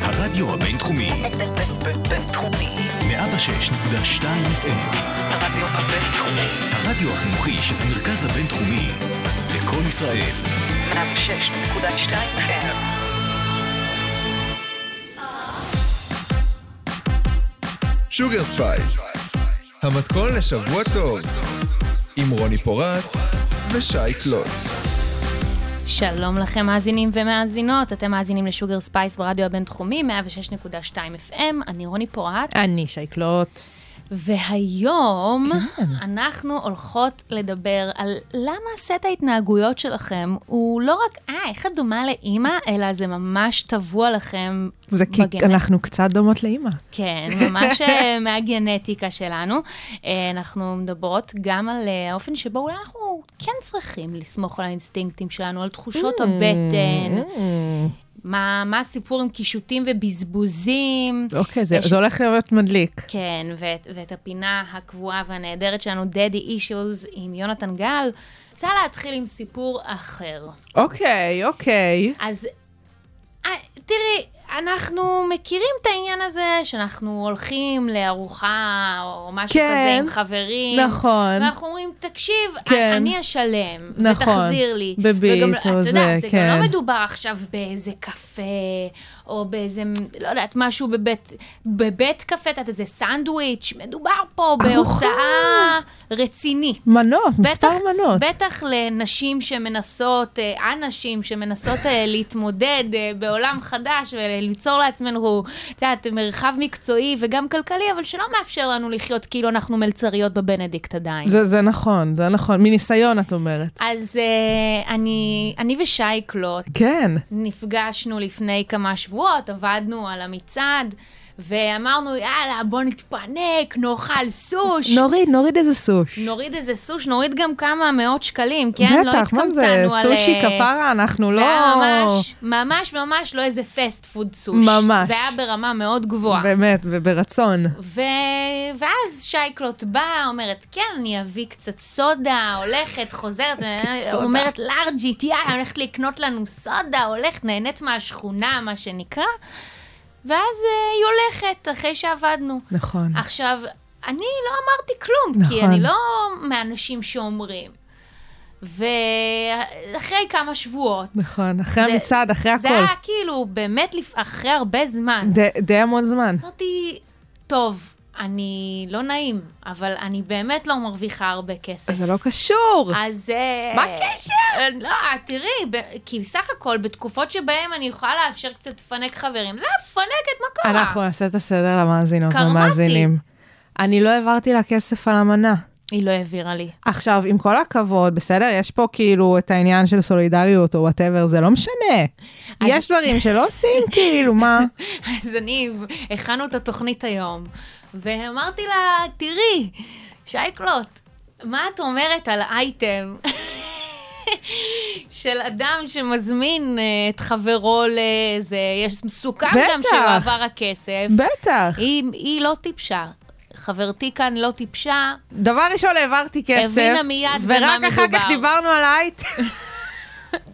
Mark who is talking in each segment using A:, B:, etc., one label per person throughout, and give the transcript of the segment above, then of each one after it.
A: הרדיו הבינתחומי,
B: בינתחומי.
A: 106.2 FM,
B: הרדיו הבינתחומי.
A: הרדיו החינוכי של המרכז הבינתחומי, לקום ישראל,
B: 106.2 FM.
C: שוגר ספייס, המתכון לשבוע טוב, עם רוני פורט ושי קלוט.
D: שלום לכם מאזינים ומאזינות, אתם מאזינים לשוגר ספייס ברדיו הבינתחומי, 106.2 FM, אני רוני פורט,
E: אני שייקלוט.
D: והיום
E: כן.
D: אנחנו הולכות לדבר על למה סט ההתנהגויות שלכם הוא לא רק, אה, איך את דומה לאימא, אלא זה ממש טבוע לכם
E: זה כי
D: בגנטיקה.
E: אנחנו קצת דומות לאימא.
D: כן, ממש אה, מהגנטיקה שלנו. אה, אנחנו מדברות גם על אה, האופן שבו אולי אנחנו כן צריכים לסמוך על האינסטינקטים שלנו, על תחושות הבטן. מה, מה הסיפור עם קישוטים ובזבוזים?
E: אוקיי, זה,
D: יש-
E: זה הולך להיות מדליק.
D: כן, ואת, ואת הפינה הקבועה והנהדרת שלנו, Daddy Issues עם יונתן גל. רוצה להתחיל עם סיפור אחר.
E: אוקיי, אוקיי.
D: אז אה, תראי, אנחנו מכירים את העניין הזה שאנחנו הולכים לארוחה או משהו
E: כן.
D: כזה עם חברים.
E: נכון.
D: ואנחנו אומרים, תקשיב,
E: כן.
D: אני אשלם,
E: נכון.
D: ותחזיר לי.
E: בביט
D: וגם,
E: או
D: את יודעת,
E: זה,
D: זה גם
E: כן.
D: לא מדובר עכשיו באיזה קפה, או באיזה, לא יודעת, משהו בבית, בבית קפה, את יודעת, איזה סנדוויץ', מדובר פה בהוצאה רצינית.
E: מנות, מספר
D: בטח-
E: מנות.
D: בטח לנשים שמנסות, אה, הנשים שמנסות אה, להתמודד אה, בעולם חדש וליצור לעצמנו, את יודעת, מרחב מקצועי וגם כלכלי, אבל שלא מאפשר לנו לחיות כאילו אנחנו מלצריות בבנדיקט עדיין.
E: זה, זה נכון, זה נכון. מניסיון, את אומרת.
D: אז אה, אני, אני ושי קלוט
E: כן.
D: נפגשנו לפני כמה שבועות, עבדנו על המצעד, ואמרנו, יאללה, בוא נתפנק, נאכל סוש.
E: נוריד, נוריד איזה סוש.
D: נוריד איזה סוש, נוריד גם כמה מאות שקלים, כן? לא
E: בטח, מה
D: התקמצנו
E: זה?
D: על...
E: סושי
D: אה,
E: כפרה, אנחנו לא...
D: זה היה ממש, ממש ממש לא איזה פסט פוד סוש.
E: ממש.
D: זה היה ברמה מאוד גבוהה.
E: באמת, וברצון.
D: ו... ואז שייקלוט באה, אומרת, כן, אני אביא קצת סודה, הולכת, חוזרת, אה,
E: סודה.
D: אומרת, לארג'ית, יאללה, אני הולכת לקנות לנו סודה, הולכת, נהנית מהשכונה, מה שנקרא, ואז אה, היא הולכת, אחרי שעבדנו.
E: נכון.
D: עכשיו, אני לא אמרתי כלום, נכון. כי
E: נכון.
D: אני לא מהאנשים שאומרים. ואחרי כמה שבועות,
E: נכון, אחרי
D: זה-
E: המצעד, אחרי
D: זה היה
E: הכל.
D: כאילו באמת לפ... אחרי הרבה זמן.
E: די- די המון זמן.
D: אמרתי, טוב, אני לא נעים, אבל אני באמת לא מרוויחה הרבה כסף.
E: אז זה לא קשור.
D: אז... אה,
E: מה הקשר?
D: אה, לא, תראי, ב- כי בסך הכל בתקופות שבהן אני יכולה לאפשר קצת לפנק חברים, זה היה פנקת, מה קרה?
E: אנחנו נעשה את הסדר למאזינות
D: קרמטי.
E: והמאזינים. אני לא העברתי לה כסף על המנה.
D: היא לא העבירה לי.
E: עכשיו, עם כל הכבוד, בסדר, יש פה כאילו את העניין של סולידריות או וואטאבר, זה לא משנה.
D: אז-
E: יש דברים שלא עושים, כאילו, מה?
D: אז אני, הכנו את התוכנית היום, ואמרתי לה, תראי, שייקלוט, מה את אומרת על אייטם של אדם שמזמין אה, את חברו לאיזה, יש סוכם גם
E: בטח.
D: שלא עבר הכסף.
E: בטח.
D: היא, היא לא טיפשה. חברתי כאן לא טיפשה,
E: דבר ראשון, העברתי כסף.
D: הבינה מיד במה
E: ורק אחר
D: מדובר.
E: כך דיברנו על האייטם.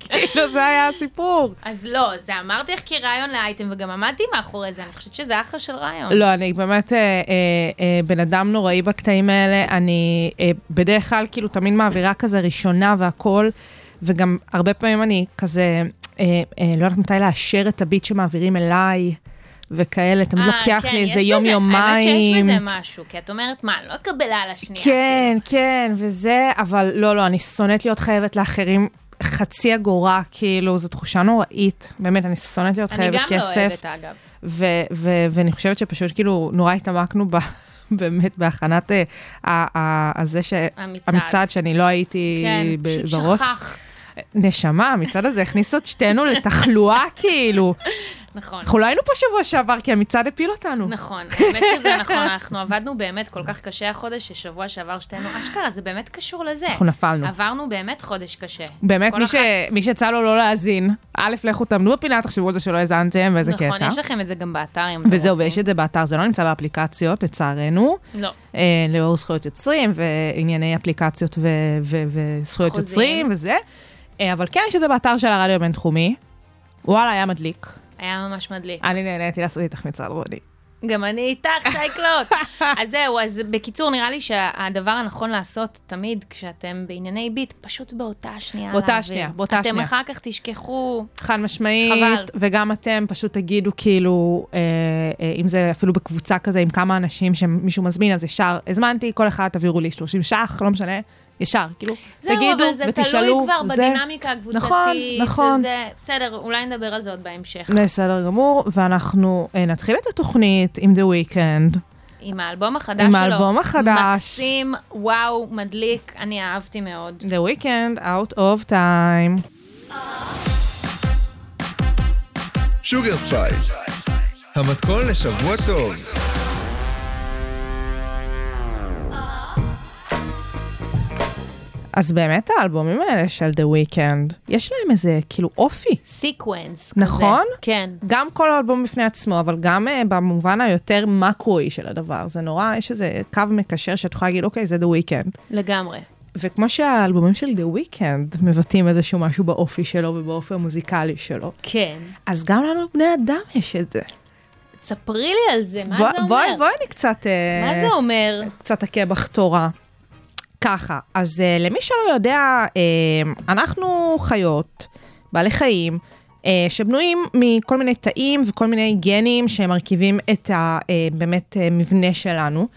E: כאילו, זה היה הסיפור.
D: אז לא, זה אמרתי לך כרעיון לאייטם, וגם עמדתי מאחורי זה, אני חושבת שזה אחלה של רעיון.
E: לא, אני באמת אה, אה, אה, בן אדם נוראי בקטעים האלה. אני אה, בדרך כלל כאילו תמיד מעבירה כזה ראשונה והכול, וגם הרבה פעמים אני כזה, אה, אה, לא יודעת מתי לאשר את הביט שמעבירים אליי, וכאלה, תמיד
D: אה,
E: לוקח
D: כן,
E: לי
D: יש
E: איזה
D: בזה-
E: יום-יומיים.
D: האמת שיש בזה משהו, כי את אומרת, מה, לא אקבל על השנייה.
E: כן, כן, וזה, אבל לא, לא, אני שונאת להיות חייבת לאחרים חצי אגורה, כאילו, זו תחושה נוראית. באמת, אני שונאת להיות
D: אני
E: חייבת
D: גם
E: כסף.
D: לא אוהבת, אגב.
E: ו- ו- ואני חושבת שפשוט כאילו נורא התעמקנו ב... באמת בהכנת אה, ה- ה- הזה ש...
D: המצעד.
E: המצעד שאני לא הייתי
D: כן,
E: ב-
D: פשוט
E: בראש.
D: שכחת.
E: נשמה, המצעד הזה הכניס את שתינו לתחלואה, כאילו.
D: נכון.
E: אנחנו לא היינו פה שבוע שעבר, כי המצעד הפיל אותנו.
D: נכון, האמת שזה נכון, אנחנו עבדנו באמת כל כך קשה החודש, ששבוע שעבר שתינו, אשכרה, זה באמת קשור לזה.
E: אנחנו נפלנו.
D: עברנו באמת חודש קשה.
E: באמת,
D: כל
E: מי,
D: אחת-
E: ש... מי שיצא לו לא להאזין, א', לכו תעמדו בפינה, תחשבו על זה שלא האזנתם, ואיזה
D: נכון,
E: קטע.
D: יש לכם את זה גם באתר, אם אתם רוצים.
E: וזהו, ויש את זה באתר, זה לא נמצא באפליקציות, לצערנו.
D: לא.
E: אה, לאור זכויות יוצרים וענייני אפליקציות ו- ו- וזכויות
D: חוזים.
E: יוצרים וזה. אה, אבל כן, יש את זה באתר של הרדיו הבינתחומי. וואלה, היה מדליק.
D: היה ממש מדליק.
E: אני נהניתי לעשות איתך מצעד רוני.
D: גם אני איתך, שייקלוט. אז זהו, אז בקיצור, נראה לי שהדבר הנכון לעשות תמיד כשאתם בענייני ביט, פשוט באותה השנייה
E: באותה
D: להבין.
E: השנייה, באותה
D: אתם
E: השנייה.
D: אחר כך תשכחו,
E: חד משמעית,
D: חבל.
E: וגם אתם פשוט תגידו כאילו, אה, אה, אם זה אפילו בקבוצה כזה עם כמה אנשים שמישהו מזמין, אז ישר הזמנתי, כל אחד תעבירו לי 30 ש"ח, לא משנה, ישר, כאילו,
D: זהו,
E: תגידו
D: אבל זה תלוי
E: ותשאלו,
D: כבר
E: זה-
D: בדינמיקה הקבוצתית.
E: נכון, נכון.
D: זה, בסדר, אולי נדבר על זה עוד בהמשך.
E: בסדר גמור, ואנחנו אה, נתחיל את התוכנית עם The Weeknd.
D: עם האלבום החדש
E: עם
D: שלו.
E: האלבום החדש.
D: מקסים, וואו, מדליק, אני אהבתי מאוד.
E: The Weeknd, Out of Time.
C: שוגר ספייס, המתכון לשבוע טוב,
E: אז באמת האלבומים האלה של The Weeknd, יש להם איזה כאילו אופי.
D: סיקוונס כזה.
E: נכון?
D: כן.
E: גם כל אלבום בפני עצמו, אבל גם אה, במובן היותר מקרואי של הדבר. זה נורא, יש איזה קו מקשר שאת יכולה להגיד, אוקיי, זה The Weeknd.
D: לגמרי.
E: וכמו שהאלבומים של The Weeknd מבטאים איזשהו משהו באופי שלו ובאופי המוזיקלי שלו,
D: כן.
E: אז גם לנו בני אדם יש את זה.
D: תספרי לי על זה, מה
E: בוא-
D: זה אומר?
E: בואי, בואי אני קצת... אה,
D: מה זה אומר?
E: קצת הקבח תורה. ככה, אז uh, למי שלא יודע, uh, אנחנו חיות, בעלי חיים, uh, שבנויים מכל מיני תאים וכל מיני גנים שמרכיבים את ה, uh, באמת uh, מבנה שלנו.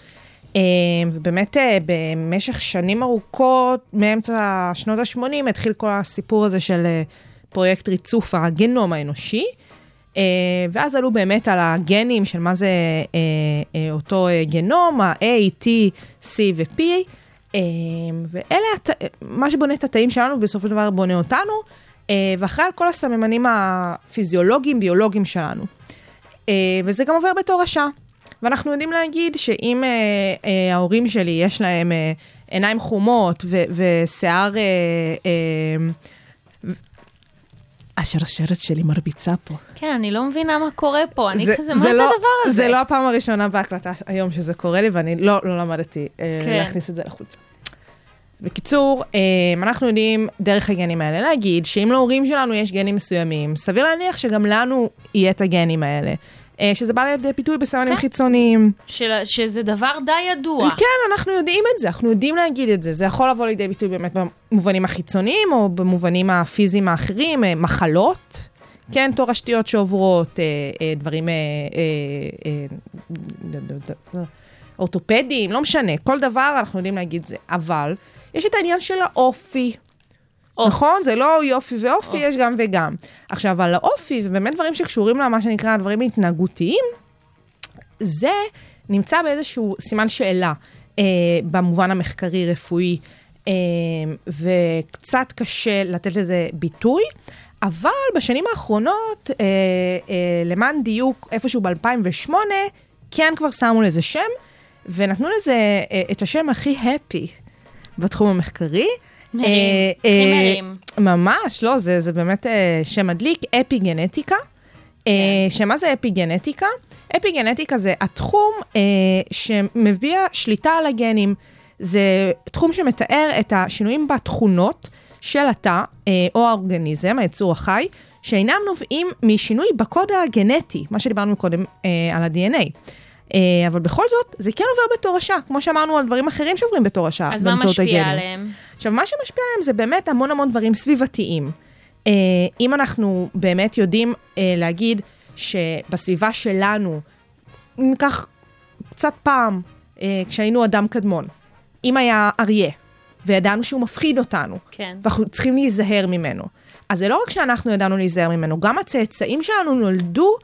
E: אה, ובאמת אה, במשך שנים ארוכות, מאמצע שנות ה-80, התחיל כל הסיפור הזה של אה, פרויקט ריצוף הגנום האנושי. אה, ואז עלו באמת על הגנים של מה זה אה, אה, אותו אה, גנום, ה-A, T, C ו-P, אה, ואלה הת... מה שבונה את התאים שלנו, בסופו של דבר בונה אותנו, אה, ואחרי על כל הסממנים הפיזיולוגיים, ביולוגיים שלנו. אה, וזה גם עובר בתורשה. ואנחנו יודעים להגיד שאם אה, אה, ההורים שלי יש להם אה, עיניים חומות ו- ושיער... אה, אה, ו- השרשרת שלי מרביצה פה.
D: כן, אני לא מבינה מה קורה פה, אני כזה, מה זה
E: לא-
D: הדבר הזה?
E: זה לא הפעם הראשונה בהקלטה היום שזה קורה לי, ואני לא, לא למדתי אה,
D: כן.
E: להכניס את זה לחוצה. בקיצור, אה, אנחנו יודעים דרך הגנים האלה להגיד שאם להורים שלנו יש גנים מסוימים, סביר להניח שגם לנו יהיה את הגנים האלה. אה, שזה בא לידי ביטוי
D: כן.
E: בסמנים חיצוניים.
D: של- שזה דבר די ידוע.
E: כן, אנחנו יודעים את זה, אנחנו יודעים להגיד את זה. זה יכול לבוא לידי ביטוי באמת במובנים החיצוניים, או במובנים הפיזיים האחרים, אה, מחלות, כן, תורשתיות שעוברות, אה, אה, דברים אה, אה, אה, ד- ד- ד- אורתופדיים, לא משנה, כל דבר אנחנו יודעים להגיד זה. אבל יש את העניין של האופי.
D: אופי.
E: נכון? זה לא יופי ואופי, יש גם וגם. עכשיו, על האופי, ובאמת דברים שקשורים למה שנקרא הדברים ההתנהגותיים, זה נמצא באיזשהו סימן שאלה אה, במובן המחקרי-רפואי, אה, וקצת קשה לתת לזה ביטוי, אבל בשנים האחרונות, אה, אה, למען דיוק, איפשהו ב-2008, כן כבר שמו לזה שם, ונתנו לזה אה, את השם הכי happy בתחום המחקרי.
D: מרים,
E: אה,
D: הכי
E: אה,
D: מרים.
E: ממש, לא, זה, זה באמת אה, שם מדליק, אפיגנטיקה. אה,
D: כן.
E: שמה זה אפיגנטיקה? אפיגנטיקה זה התחום אה, שמביע שליטה על הגנים. זה תחום שמתאר את השינויים בתכונות של התא אה, או האורגניזם, היצור החי, שאינם נובעים משינוי בקוד הגנטי, מה שדיברנו קודם אה, על ה-DNA. אה, אבל בכל זאת, זה כן עובר בתורשה, כמו שאמרנו על דברים אחרים שעוברים בתורשה,
D: אז מה
E: באמצעות הגנים.
D: משפיע עליהם?
E: עכשיו, מה שמשפיע עליהם זה באמת המון המון דברים סביבתיים. אה, אם אנחנו באמת יודעים אה, להגיד שבסביבה שלנו, ניקח קצת פעם, אה, כשהיינו אדם קדמון, אם היה אריה, וידענו שהוא מפחיד אותנו,
D: כן.
E: ואנחנו צריכים להיזהר ממנו. אז זה לא רק שאנחנו ידענו להיזהר ממנו, גם הצאצאים שלנו נולדו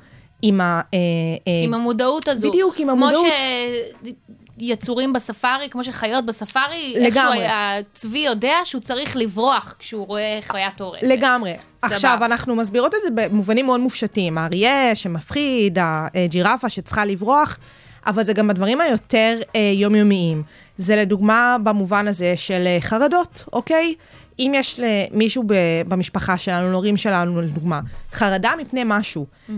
E: עם ה... אה, אה,
D: עם המודעות הזו.
E: בדיוק, עם המודעות.
D: כמו שיצורים בספארי, כמו שחיות בספארי,
E: לגמרי.
D: איכשהו הצבי יודע שהוא צריך לברוח כשהוא רואה חיה טורפת.
E: לגמרי.
D: סבבה.
E: עכשיו, אנחנו מסבירות את זה במובנים מאוד מופשטים. האריה שמפחיד, הג'ירפה שצריכה לברוח, אבל זה גם בדברים היותר אה, יומיומיים. זה לדוגמה במובן הזה של אה, חרדות, אוקיי? אם יש למישהו ב- במשפחה שלנו, להורים שלנו, לדוגמה, חרדה מפני משהו. אה,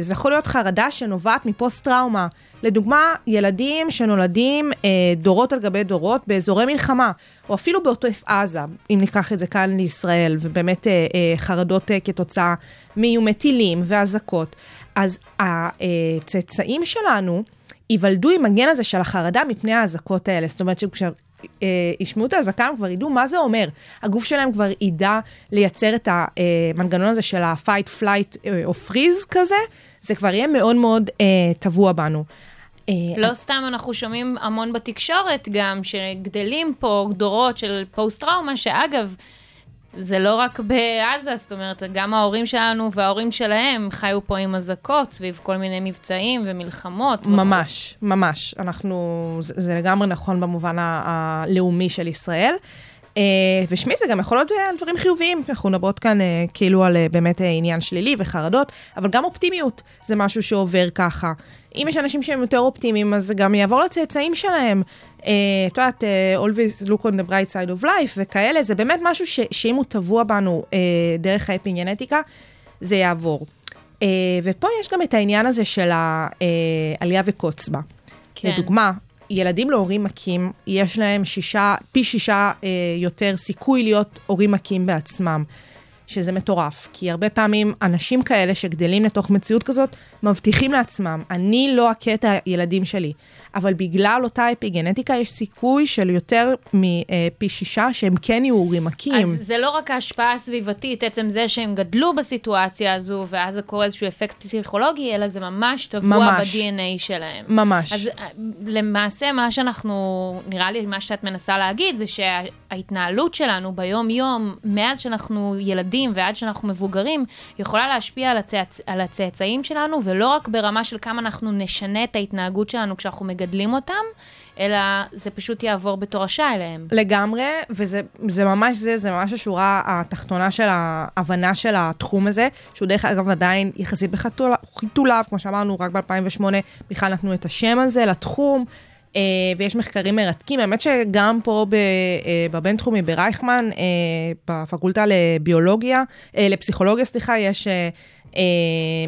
E: זה יכול להיות חרדה שנובעת מפוסט-טראומה. לדוגמה, ילדים שנולדים אה, דורות על גבי דורות באזורי מלחמה, או אפילו בעוטף עזה, אם ניקח את זה כאן לישראל, ובאמת אה, אה, חרדות אה, כתוצאה מאיומי טילים ואזעקות, אז הצאצאים שלנו ייוולדו עם הגן הזה של החרדה מפני האזעקות האלה. זאת אומרת שכש... אה, ישמעו את האזעקה, הם כבר ידעו מה זה אומר. הגוף שלהם כבר ידע לייצר את המנגנון הזה של ה-fight, flight אה, או freeze כזה, זה כבר יהיה מאוד מאוד אה, טבוע בנו. אה,
D: לא סתם אנחנו שומעים המון בתקשורת גם, שגדלים פה דורות של פוסט-טראומה, שאגב, זה לא רק בעזה, זאת אומרת, גם ההורים שלנו וההורים שלהם חיו פה עם אזעקות סביב כל מיני מבצעים ומלחמות. וכו'.
E: ממש, ממש. אנחנו, זה, זה לגמרי נכון במובן ה- הלאומי של ישראל. אה, ושמי, זה גם יכול להיות אה, על דברים חיוביים. אנחנו מדברות כאן אה, כאילו על אה, באמת אה, עניין שלילי וחרדות, אבל גם אופטימיות זה משהו שעובר ככה. אם יש אנשים שהם יותר אופטימיים, אז זה גם יעבור לצאצאים שלהם. אה, את יודעת, אה, always look on the bright side of life וכאלה, זה באמת משהו ש, שאם הוא טבוע בנו אה, דרך האפי גנטיקה, זה יעבור. אה, ופה יש גם את העניין הזה של העלייה וקוץ בה.
D: כן.
E: כן. לדוגמה, ילדים להורים מכים, יש להם שישה, פי שישה אה, יותר סיכוי להיות הורים מכים בעצמם, שזה מטורף. כי הרבה פעמים אנשים כאלה שגדלים לתוך מציאות כזאת, מבטיחים לעצמם, אני לא אכה את הילדים שלי. אבל בגלל אותה אפיגנטיקה, יש סיכוי של יותר מפי שישה שהם כן יהיו הורים מכים.
D: אז זה לא רק ההשפעה הסביבתית, עצם זה שהם גדלו בסיטואציה הזו, ואז זה קורה איזשהו אפקט פסיכולוגי, אלא זה ממש טבוע
E: ממש.
D: ב-DNA שלהם.
E: ממש.
D: אז אה, למעשה, מה שאנחנו, נראה לי, מה שאת מנסה להגיד, זה שההתנהלות שלנו ביום-יום, מאז שאנחנו ילדים ועד שאנחנו מבוגרים, יכולה להשפיע על, הצאצ... על הצאצאים שלנו, ולא רק ברמה של כמה אנחנו נשנה את ההתנהגות שלנו כשאנחנו מגדלים אותם, אלא זה פשוט יעבור בתורשה אליהם.
E: לגמרי, וזה זה ממש זה, זה ממש השורה התחתונה של ההבנה של התחום הזה, שהוא דרך אגב עדיין יחסית בחיתוליו, כמו שאמרנו, רק ב-2008 בכלל נתנו את השם הזה לתחום, אה, ויש מחקרים מרתקים, האמת שגם פה ב- אה, בבינתחומי ברייכמן, אה, בפקולטה לביולוגיה, אה, לפסיכולוגיה, סליחה, יש אה, אה,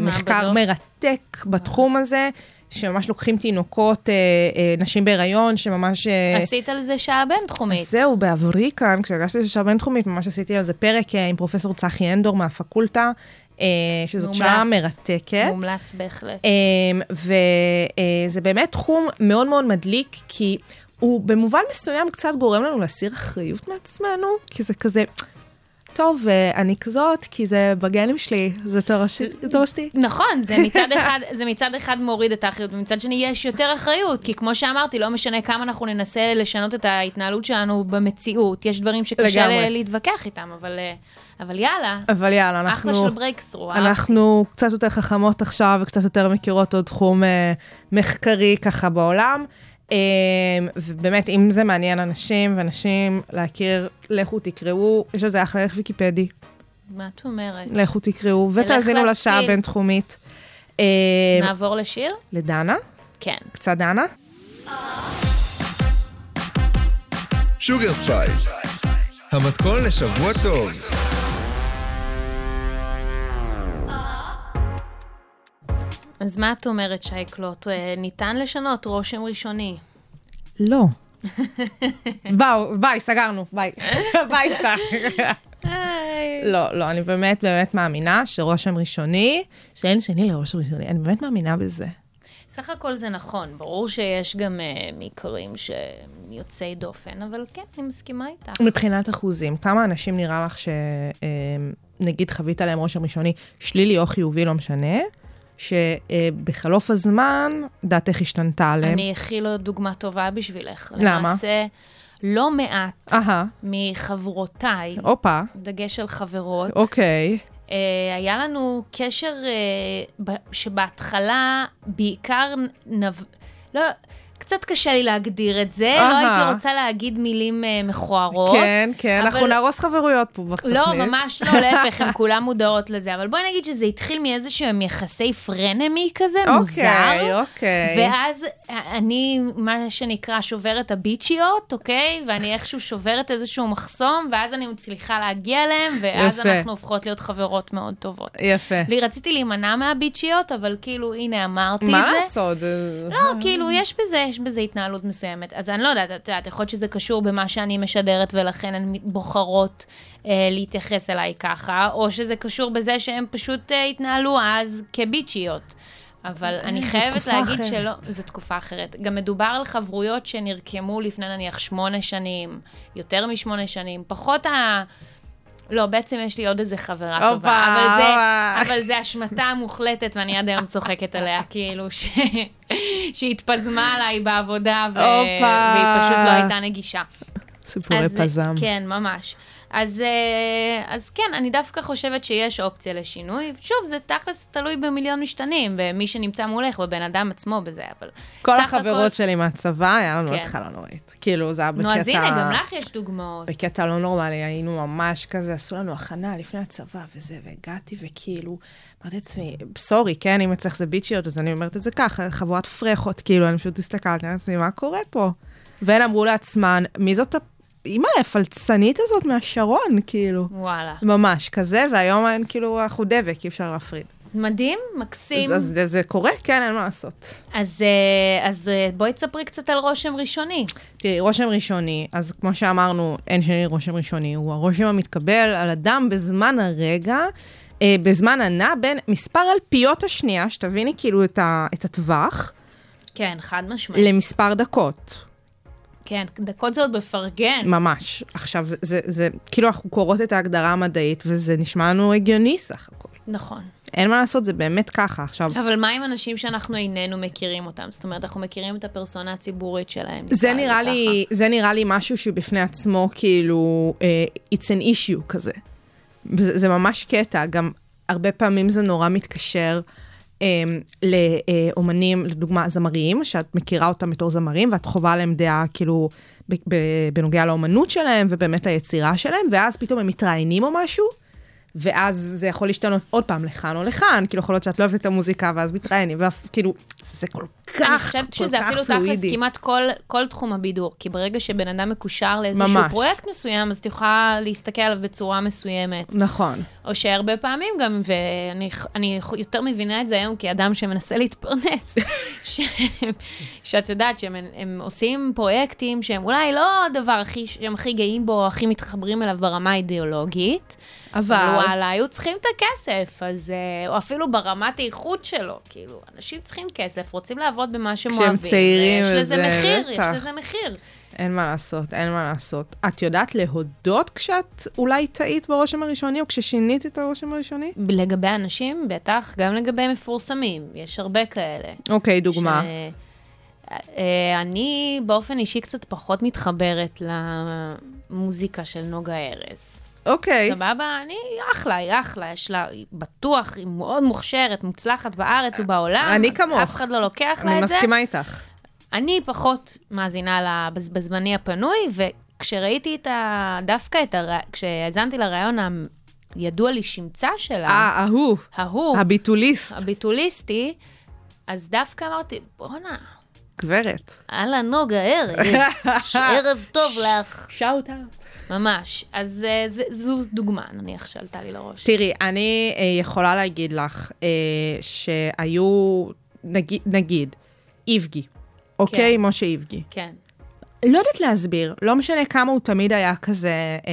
E: מחקר
D: מעבדות.
E: מרתק בתחום הזה. שממש לוקחים תינוקות, אה, אה, נשים בהיריון, שממש... אה,
D: עשית על זה שעה בינתחומית.
E: אז זהו, בעברי כאן, כשהגשתי לשעה בינתחומית, ממש עשיתי על זה פרק אה, עם פרופסור צחי אנדור מהפקולטה, אה, שזאת
D: מומלץ.
E: שעה מרתקת. אמ,
D: מומלץ אה, בהחלט.
E: וזה באמת תחום מאוד מאוד מדליק, כי הוא במובן מסוים קצת גורם לנו להסיר אחריות מעצמנו, כי זה כזה... טוב, אה, אני כזאת, כי זה בגנים שלי, זה תורש- תורשתי.
D: נכון, זה מצד, אחד, זה מצד אחד מוריד את האחריות, ומצד שני יש יותר אחריות, כי כמו שאמרתי, לא משנה כמה אנחנו ננסה לשנות את ההתנהלות שלנו במציאות, יש דברים שקשה
E: לגמרי.
D: ל- להתווכח איתם, אבל, אה, אבל יאללה,
E: אבל יאללה, אנחנו...
D: אחלה של אה? ברייקת'רו.
E: אנחנו קצת יותר חכמות עכשיו וקצת יותר מכירות עוד תחום אה, מחקרי ככה בעולם. אה, ובאמת, אם זה מעניין אנשים ונשים להכיר, לכו תקראו, יש על זה אחלה, לך ויקיפדי,
D: מה את אומרת?
E: לכו תקראו, ותאזינו
D: להשכיל.
E: לשעה הבינתחומית. אה,
D: נעבור לשיר?
E: לדנה,
D: כן.
E: קצת דנה.
C: שוגר ספייס, המתכון לשבוע טוב.
D: אז מה את אומרת, שייקלוט? אה, ניתן לשנות רושם ראשוני.
E: לא. באו, ביי, סגרנו, ביי. הביתה. לא, לא, אני באמת באמת מאמינה שרושם ראשוני, שאין שני לרושם ראשוני, אני באמת מאמינה בזה.
D: סך הכל זה נכון, ברור שיש גם אה, מקרים שהם יוצאי דופן, אבל כן, אני מסכימה איתך.
E: מבחינת אחוזים, כמה אנשים נראה לך שנגיד חווית עליהם רושם ראשוני, שלילי או חיובי, לא משנה, שבחלוף הזמן דעתך השתנתה עליהם?
D: אני אכי לו דוגמה טובה בשבילך.
E: כן. למה? אה.
D: למעשה, לא מעט
E: אהה,
D: מחברותיי,
E: הופה,
D: דגש על חברות,
E: אוקיי.
D: אה, היה לנו קשר אה, ב- שבהתחלה בעיקר נב... לא, קצת קשה לי להגדיר את זה, לא
E: אהה.
D: הייתי רוצה להגיד מילים אה, מכוערות.
E: כן, כן,
D: אבל-
E: אנחנו נהרוס חברויות פה בתוכנית.
D: לא, ממש לא, להפך, הן כולן מודעות לזה. אבל בואי נגיד שזה התחיל מאיזה שהם יחסי פרנמי כזה, מוזר.
E: אוקיי, אוקיי.
D: ואז אה, אני, מה שנקרא, שוברת הביצ'יות, אוקיי? ואני איכשהו שוברת איזשהו מחסום, ואז אני מצליחה להגיע אליהם, ואז
E: יפה.
D: אנחנו הופכות להיות חברות מאוד טובות.
E: יפה.
D: לי רציתי להימנע מהביצ'יות, אבל כאילו, הנה, אמרתי את זה.
E: מה לעשות? זה...
D: לא, כאילו, יש בזה, יש בזה התנהלות מסוימת. אז אני לא יודעת, את יודעת, יכול להיות שזה קשור במה שאני משדרת, ולכן הן בוחרות אה, להתייחס אליי ככה, או שזה קשור בזה שהן פשוט אה, התנהלו אז כביצ'יות. אבל אני חייבת
E: אה, תקופה
D: להגיד
E: אחרת.
D: שלא, זו תקופה אחרת. גם מדובר על חברויות שנרקמו לפני נניח שמונה שנים, יותר משמונה שנים, פחות ה... לא, בעצם יש לי עוד איזה חברה
E: הופה,
D: טובה, אבל זה,
E: הופה.
D: אבל זה אשמתה המוחלטת, ואני עד היום צוחקת עליה, כאילו, ש... שהיא התפזמה עליי בעבודה, ו...
E: הופה.
D: והיא פשוט לא הייתה נגישה.
E: סיפורי
D: אז-
E: פזם.
D: כן, ממש. אז, אה, אז כן, אני דווקא חושבת שיש אופציה לשינוי. שוב, זה תכלס תלוי במיליון משתנים, במי שנמצא מולך, בבן אדם עצמו בזה, אבל...
E: כל
D: סך
E: החברות
D: הכל-
E: שלי מהצבא, היה לנו
D: כן.
E: התחלה נוראית. כאילו, זה היה בקטע...
D: נו, אז הנה, גם לך יש דוגמאות.
E: בקטע לא נורמלי, היינו ממש כזה, עשו לנו הכנה לפני הצבא וזה, והגעתי וכאילו, אמרתי לעצמי, סורי, כן, אם אצלך זה ביצ'יות, אז אני אומרת את זה ככה, חבורת פרחות, כאילו, אני פשוט הסתכלתי על עצמי, מה קורה פה? והן אמרו לעצמן, מי זאת ה... אימא, הפלצנית הזאת מהשרון, כאילו.
D: וואלה.
E: ממש כזה, והיום אין, כאילו, אנחנו דבק, אי אפשר להפריד.
D: מדהים, מקסים.
E: אז, אז זה- זה קורה, כן, אין מה לעשות.
D: אז, אה, אז אה, בואי תספרי קצת על רושם ראשוני.
E: תראי, רושם ראשוני, אז כמו שאמרנו, אין שני רושם ראשוני, הוא הרושם המתקבל על אדם בזמן הרגע, אה, בזמן הנע בין מספר אלפיות השנייה, שתביני כאילו את, ה, את הטווח,
D: כן, חד משמעית.
E: למספר דקות,
D: כן, דקות זה עוד בפרגן.
E: ממש. עכשיו, זה, זה, זה כאילו אנחנו קוראות את ההגדרה המדעית, וזה נשמע לנו הגיוני סך הכל.
D: נכון.
E: אין מה לעשות, זה באמת ככה. עכשיו,
D: אבל מה עם אנשים שאנחנו איננו מכירים אותם? זאת אומרת, אנחנו מכירים את הפרסונה הציבורית שלהם. נקרא
E: זה
D: לזה
E: נראה,
D: ככה.
E: לי, זה נראה לי משהו שהוא בפני עצמו, כאילו, אה, it's an issue כזה. זה, זה ממש קטע, גם הרבה פעמים זה נורא מתקשר אה, לאומנים, לדוגמה, זמרים, שאת מכירה אותם בתור זמרים, ואת חווה עליהם דעה, כאילו, ב- ב- בנוגע לאומנות שלהם, ובאמת היצירה שלהם, ואז פתאום הם מתראיינים או משהו. ואז זה יכול להשתנות עוד פעם לכאן או לכאן, כאילו יכול להיות שאת לא אוהבת את המוזיקה ואז מתראיינים, ואף כאילו, זה כל כך, כל כך פלואידי.
D: אני חושבת שזה אפילו תכלס כמעט כל, כל תחום הבידור, כי ברגע שבן אדם מקושר לאיזשהו
E: ממש.
D: פרויקט מסוים, אז את יכולה להסתכל עליו בצורה מסוימת.
E: נכון.
D: או שהרבה פעמים גם, ואני אני יותר מבינה את זה היום כאדם שמנסה להתפרנס, ש, שאת יודעת שהם הם עושים פרויקטים שהם אולי לא הדבר הכי, שהם הכי גאים בו, הכי מתחברים אליו ברמה האידיאולוגית, אבל וואלה, היו צריכים את הכסף, אז, אה, או אפילו ברמת האיכות שלו, כאילו, אנשים צריכים כסף, רוצים לעבוד במה שהם
E: כשהם
D: אוהבים,
E: צעירים
D: ויש לזה
E: וזה,
D: מחיר, יש
E: בטח.
D: לזה מחיר.
E: אין מה לעשות, אין מה לעשות. את יודעת להודות כשאת אולי טעית ברושם הראשוני, או כששינית את הרושם הראשוני?
D: לגבי אנשים, בטח, גם לגבי מפורסמים, יש הרבה כאלה.
E: אוקיי, דוגמה.
D: ש- אה, אני באופן אישי קצת פחות מתחברת למוזיקה של נוגה ארז.
E: אוקיי.
D: סבבה? אני אחלה, היא אחלה, יש לה, היא בטוח, היא מאוד מוכשרת, מוצלחת בארץ ובעולם.
E: אני כמוך.
D: אף אחד לא לוקח לה
E: אני
D: את זה.
E: מסכימה איתך.
D: אני פחות מאזינה לה בז- בזמני הפנוי, וכשראיתי את ה... דווקא את הר... כשהאזנתי לראיון הידוע לי שמצה שלה,
E: אה, ההוא,
D: ההוא,
E: הביטוליסט.
D: הביטוליסטי, אז דווקא אמרתי, בואנה,
E: גברת.
D: אהלן, נוגה, ארז, שערב טוב לך.
E: שאוט
D: ממש. אז אה, זה- זו דוגמה, נניח, שעלתה לי לראש.
E: תראי, אני אה, יכולה להגיד לך אה, שהיו, נגיד, נגיד, איבגי, אוקיי? משה איבגי.
D: כן.
E: לא יודעת להסביר, לא משנה כמה הוא תמיד היה כזה אה,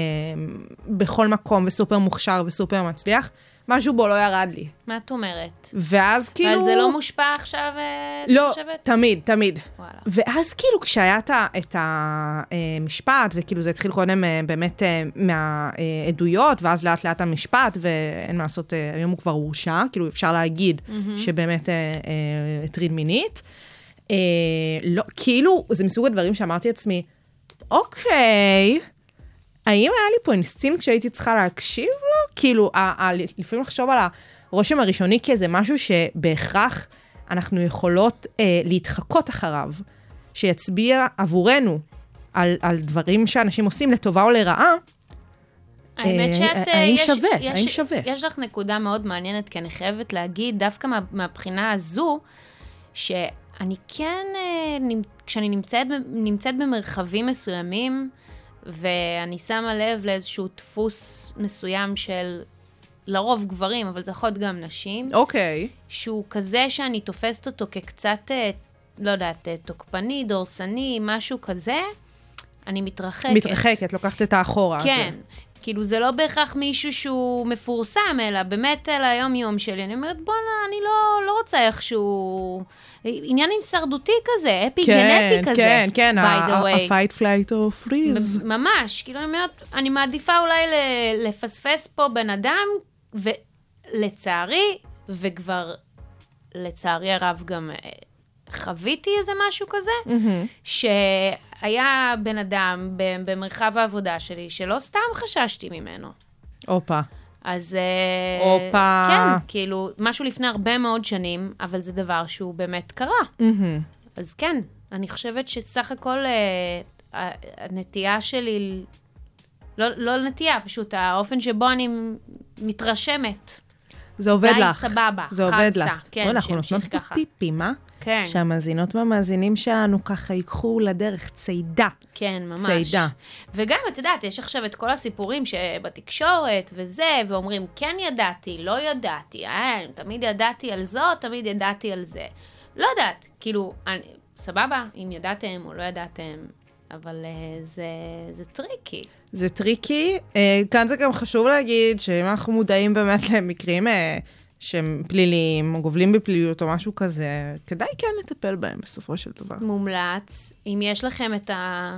E: בכל מקום וסופר מוכשר וסופר מצליח, משהו בו לא ירד לי.
D: מה את אומרת?
E: ואז כאילו...
D: אבל זה לא מושפע עכשיו, אה, את
E: לא,
D: חושבת?
E: תמיד, תמיד.
D: וואלה.
E: ואז כאילו כשהיה את ה- את המשפט, וכאילו זה התחיל קודם אה, באמת אה, מהעדויות, ואז לאט לאט המשפט, ואין מה לעשות, אה, היום הוא כבר הורשע, כאילו אפשר להגיד שבאמת אה, אה, הטריד מינית. אה, לא, כאילו, זה מסוג הדברים שאמרתי לעצמי, אוקיי, האם היה לי פה אינסטינקט שהייתי צריכה להקשיב לו? כאילו, ה- ה- לפעמים לחשוב על הרושם הראשוני כאיזה משהו שבהכרח אנחנו יכולות אה, להתחקות אחריו. שיצביע עבורנו על, על דברים שאנשים עושים לטובה או לרעה,
D: האמת
E: אה,
D: שאת... אה,
E: האם
D: יש-
E: שווה?
D: יש-
E: האם שווה?
D: יש לך נקודה מאוד מעניינת, כי אני חייבת להגיד, דווקא מה- מהבחינה הזו, שאני כן, אה, נמ- כשאני נמצאת, ב- נמצאת במרחבים מסוימים, ואני שמה לב לאיזשהו דפוס מסוים של לרוב גברים, אבל זה יכול להיות גם נשים,
E: אוקיי.
D: שהוא כזה שאני תופסת אותו כקצת, אה, לא יודעת, אה, תוקפני, דורסני, משהו כזה, אני מתרחקת.
E: מתרחקת, לוקחת את האחורה הזה.
D: כן. כאילו, זה לא בהכרח מישהו שהוא מפורסם, אלא באמת על היום-יום שלי. אני אומרת, בואנה, אני לא, לא רוצה איכשהו... עניין הישרדותי כזה, אפי גנטי כזה.
E: כן, כן,
D: by the way.
E: ה-fight, flight or freeze.
D: ממש, כאילו, אני אומרת, אני מעדיפה אולי ל- לפספס פה בן אדם, ולצערי, וכבר, לצערי הרב, גם אה, חוויתי איזה משהו כזה, שהיה בן אדם ב- במרחב העבודה שלי, שלא סתם חששתי ממנו.
E: הופה.
D: אז... אה,
E: הופה.
D: כן, כאילו, משהו לפני הרבה מאוד שנים, אבל זה דבר שהוא באמת קרה. אז כן, אני חושבת שסך הכל אה, ה- הנטייה שלי, ל- לא, לא נטייה, פשוט האופן שבו אני מתרשמת.
E: זה עובד
D: די,
E: לך.
D: סבבה,
E: זה עובד
D: חמסה.
E: לך.
D: כן,
E: בואי, אנחנו
D: שימשיך
E: נותנות פה
D: ככה.
E: טיפים, אה?
D: כן.
E: שהמאזינות והמאזינים שלנו ככה ייקחו לדרך צידה.
D: כן, ממש.
E: צעידה.
D: וגם, את יודעת, יש עכשיו את כל הסיפורים שבתקשורת וזה, ואומרים, כן ידעתי, לא ידעתי, אה, תמיד ידעתי על זו, תמיד ידעתי על זה. לא יודעת, כאילו, אני, סבבה, אם ידעתם או לא ידעתם, אבל אה, זה, זה טריקי.
E: זה טריקי. אה, כאן זה גם חשוב להגיד שאם אנחנו מודעים באמת למקרים אה, שהם פליליים, או גובלים בפליליות או משהו כזה, כדאי כן לטפל בהם בסופו של דבר.
D: מומלץ, אם יש לכם את ה...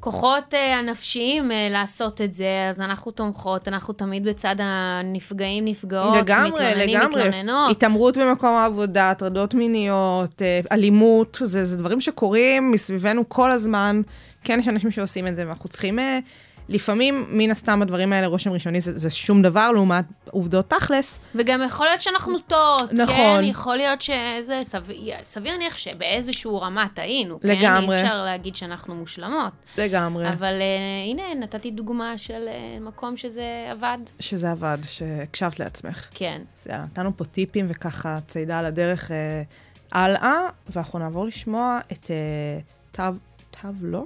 D: כוחות אה, הנפשיים אה, לעשות את זה, אז אנחנו תומכות, אנחנו תמיד בצד הנפגעים, נפגעות, לא, מתלוננים, מתלוננות.
E: התעמרות במקום העבודה, הטרדות מיניות, אה, אלימות, זה, זה דברים שקורים מסביבנו כל הזמן. כן, יש אנשים שעושים את זה, ואנחנו צריכים... אה, לפעמים, מן הסתם, הדברים האלה, רושם ראשוני זה, זה שום דבר לעומת עובדות תכלס.
D: וגם יכול להיות שאנחנו טועות,
E: נכון.
D: כן? יכול להיות שזה, סביר, סביר להניח שבאיזשהו רמה טעינו, כן?
E: לגמרי.
D: אי אפשר להגיד שאנחנו מושלמות.
E: לגמרי.
D: אבל uh, הנה, נתתי דוגמה של uh, מקום שזה עבד.
E: שזה עבד, שהקשבת לעצמך.
D: כן.
E: אז יאללה, נתנו פה טיפים וככה צעידה על הדרך אה, הלאה, ואנחנו נעבור לשמוע את אה, תו... תו לא?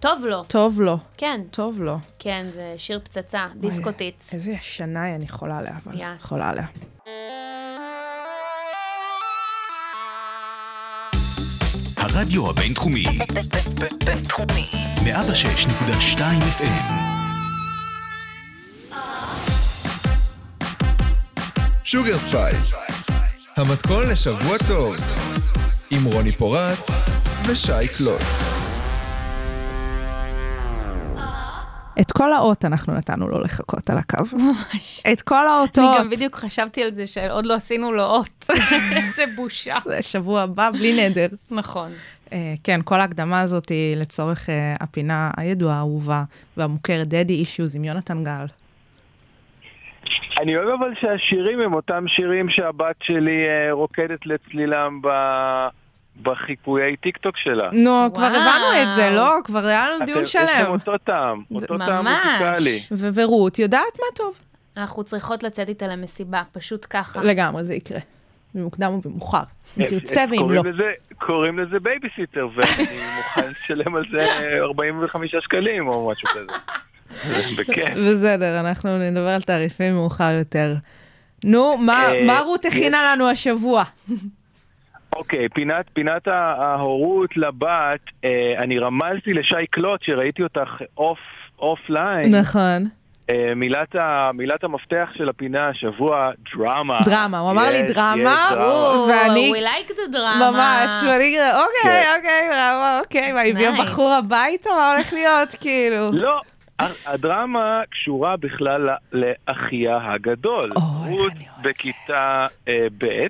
D: טוב לו.
E: טוב לא.
D: כן,
E: טוב לא.
D: כן, זה שיר פצצה, דיסקוטיץ.
E: איזה ישנה היא, אני חולה עליה, אבל
D: יס.
E: חולה עליה.
A: הרדיו הבינתחומי,
B: בינתחומי.
A: 106.2 FM,
C: שוגר ספייס, המתכון לשבוע טוב, עם רוני פורט ושי קלוט.
E: את כל האות אנחנו נתנו לו לחכות על הקו.
D: ממש.
E: את כל
D: אני
E: האותות.
D: גם בדיוק חשבתי על זה שעוד לא עשינו לו אות. איזה בושה.
E: זה שבוע הבא, בלי נדר.
D: נכון.
E: אה, כן, כל ההקדמה הזאת היא לצורך אה, הפינה הידועה, האהובה והמוכרת, דדי אישיוז עם יונתן גל.
F: אני אוהב אבל שהשירים הם אותם שירים שהבת שלי אה, רוקדת לצלילם ב... בחיקויי טיק טוק שלה.
E: נו, כבר הבנו את זה,
D: וואו.
E: לא? כבר היה לנו דיון
F: אתם- יש להם
E: שלם.
F: אותו טעם,
D: זה-
F: אותו טעם
D: ממש.
F: מוזיקלי.
E: ו- ורות יודעת מה טוב.
D: אנחנו צריכות לצאת איתה למסיבה, פשוט ככה.
E: לגמרי, זה יקרה. במוקדם או במאוחר. אם תרצה
F: אה,
E: ואם
F: קוראים
E: לא.
F: לזה- קוראים לזה בייביסיטר, ואני מוכן לשלם על זה 45 שקלים או משהו כזה. בכיף.
E: בסדר, אנחנו נדבר על תעריפים מאוחר יותר. נו, מה-
F: אה,
E: מה רות הכינה לנו השבוע?
F: אוקיי, פינת, פינת ה- ההורות לבת, אה, אני רמזתי לשי קלוט שראיתי אותך אוף, אופליין.
E: נכון.
F: אה, מילת, ה, מילת המפתח של הפינה השבוע, דרמה.
E: דרמה, הוא אמר לי
F: יש,
E: דרמה,
F: יש דרמה.
D: או,
E: ואני-
D: Oh, We like the drama.
E: ממש, ואני כזה, אוקיי,
F: כן.
E: אוקיי, למה, אוקיי, מה, הביא
D: Nice.
E: הבחור הביתה? מה הולך להיות, כאילו?
F: לא, ה- הדרמה קשורה בכלל ל- לאחיה הגדול.
E: אוי, איך אני
F: רות
E: אוהבת.
F: בכיתה אה, ב',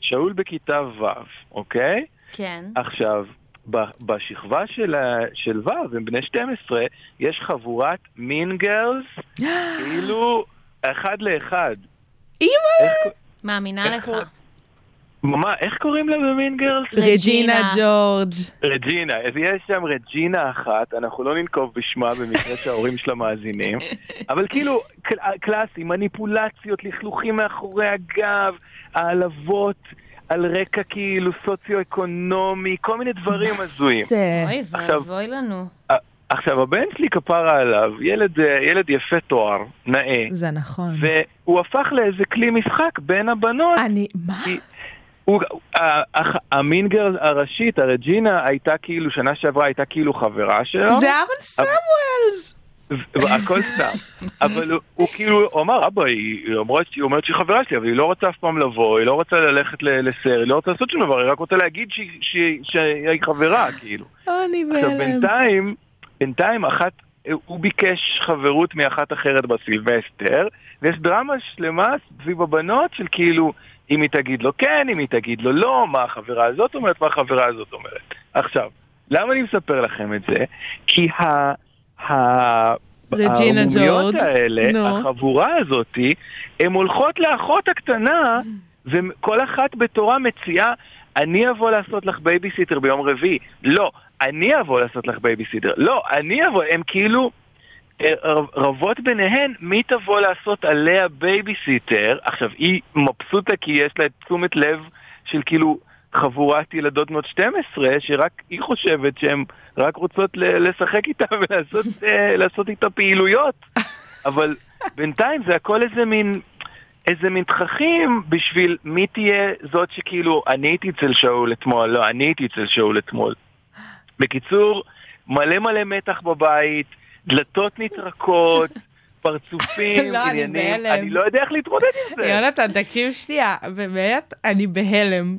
F: שאול בכיתה ו', אוקיי?
D: כן.
F: עכשיו, ב- בשכבה של, ה- של ו', הם בני 12, יש חבורת מין גרלס, כאילו אחד לאחד.
E: אימא,
F: איך,
D: מאמינה לך.
F: איך הוא- מה, איך קוראים לה במין גרלס?
D: רג'ינה.
E: רג'ינה ג'ורג'.
F: רג'ינה. אז יש שם רג'ינה אחת, אנחנו לא ננקוב בשמה במקרה שההורים שלה מאזינים, אבל כאילו, קל- קלאסי, מניפולציות, לכלוכים מאחורי הגב, העלבות על רקע כאילו סוציו-אקונומי, כל מיני דברים הזויים.
E: זה-
D: אוי
F: עכשיו-
D: ואבוי לנו.
F: עכשיו, הבן שלי כפרה עליו, ילד, אה, ילד יפה תואר, נאה,
E: זה נכון.
F: והוא הפך לאיזה כלי משחק בין הבנות.
E: אני, מה?
F: כי- הוא- ה- ה- המינגר הראשית, הרג'ינה, הייתה כאילו, שנה שעברה הייתה כאילו חברה שלו.
E: זה אהרון סמואלס!
F: הכל סתם. אבל הוא, הוא כאילו, הוא אמר, אבא, היא, היא, אמרה, שהיא אומרת שהיא חברה שלי, אבל היא לא רוצה אף פעם לבוא, היא לא רוצה ללכת ל- לסייר, היא לא רוצה לעשות שום דבר, היא רק רוצה להגיד שהיא- שהיא שהיא חברה, כאילו.
E: אני
F: עכשיו,
E: בהלם.
F: בינתיים, בינתיים אחת, הוא ביקש חברות מאחת אחרת בסילבסטר, ויש דרמה שלמה סביב הבנות של כאילו, אם היא תגיד לו כן, אם היא תגיד לו לא, מה החברה הזאת אומרת, מה החברה הזאת אומרת. עכשיו, למה אני מספר לכם את זה? כי ה... ה...
E: רג'ינה
F: ההומיות
E: ג'ורג'.
F: האלה,
E: נו.
F: החבורה הזאתי, הן הולכות לאחות הקטנה, וכל אחת בתורה מציעה, אני אבוא לעשות לך בייביסיטר ביום רביעי. לא, אני אבוא לעשות לך בייביסיטר. לא, אני אבוא, הם כאילו אה, רב- רבות ביניהן, מי תבוא לעשות עליה בייביסיטר? עכשיו, היא מבסוטה כי יש לה את תשומת לב של כאילו חבורת ילדות בנות 12, שרק היא חושבת שהן רק רוצות ל- לשחק איתה ולעשות אה, לעשות איתה פעילויות. אבל בינתיים זה הכל איזה מין... איזה מין תככים בשביל מי תהיה זאת שכאילו אני הייתי אצל שאול אתמול, לא, אני הייתי אצל שאול אתמול. בקיצור, מלא מלא מתח בבית, דלתות נטרקות, פרצופים,
E: לא, אני
F: עניינים,
E: בהלם.
F: אני לא יודע איך להתמודד עם זה.
E: יונתן, תקשיב שנייה, באמת, אני בהלם.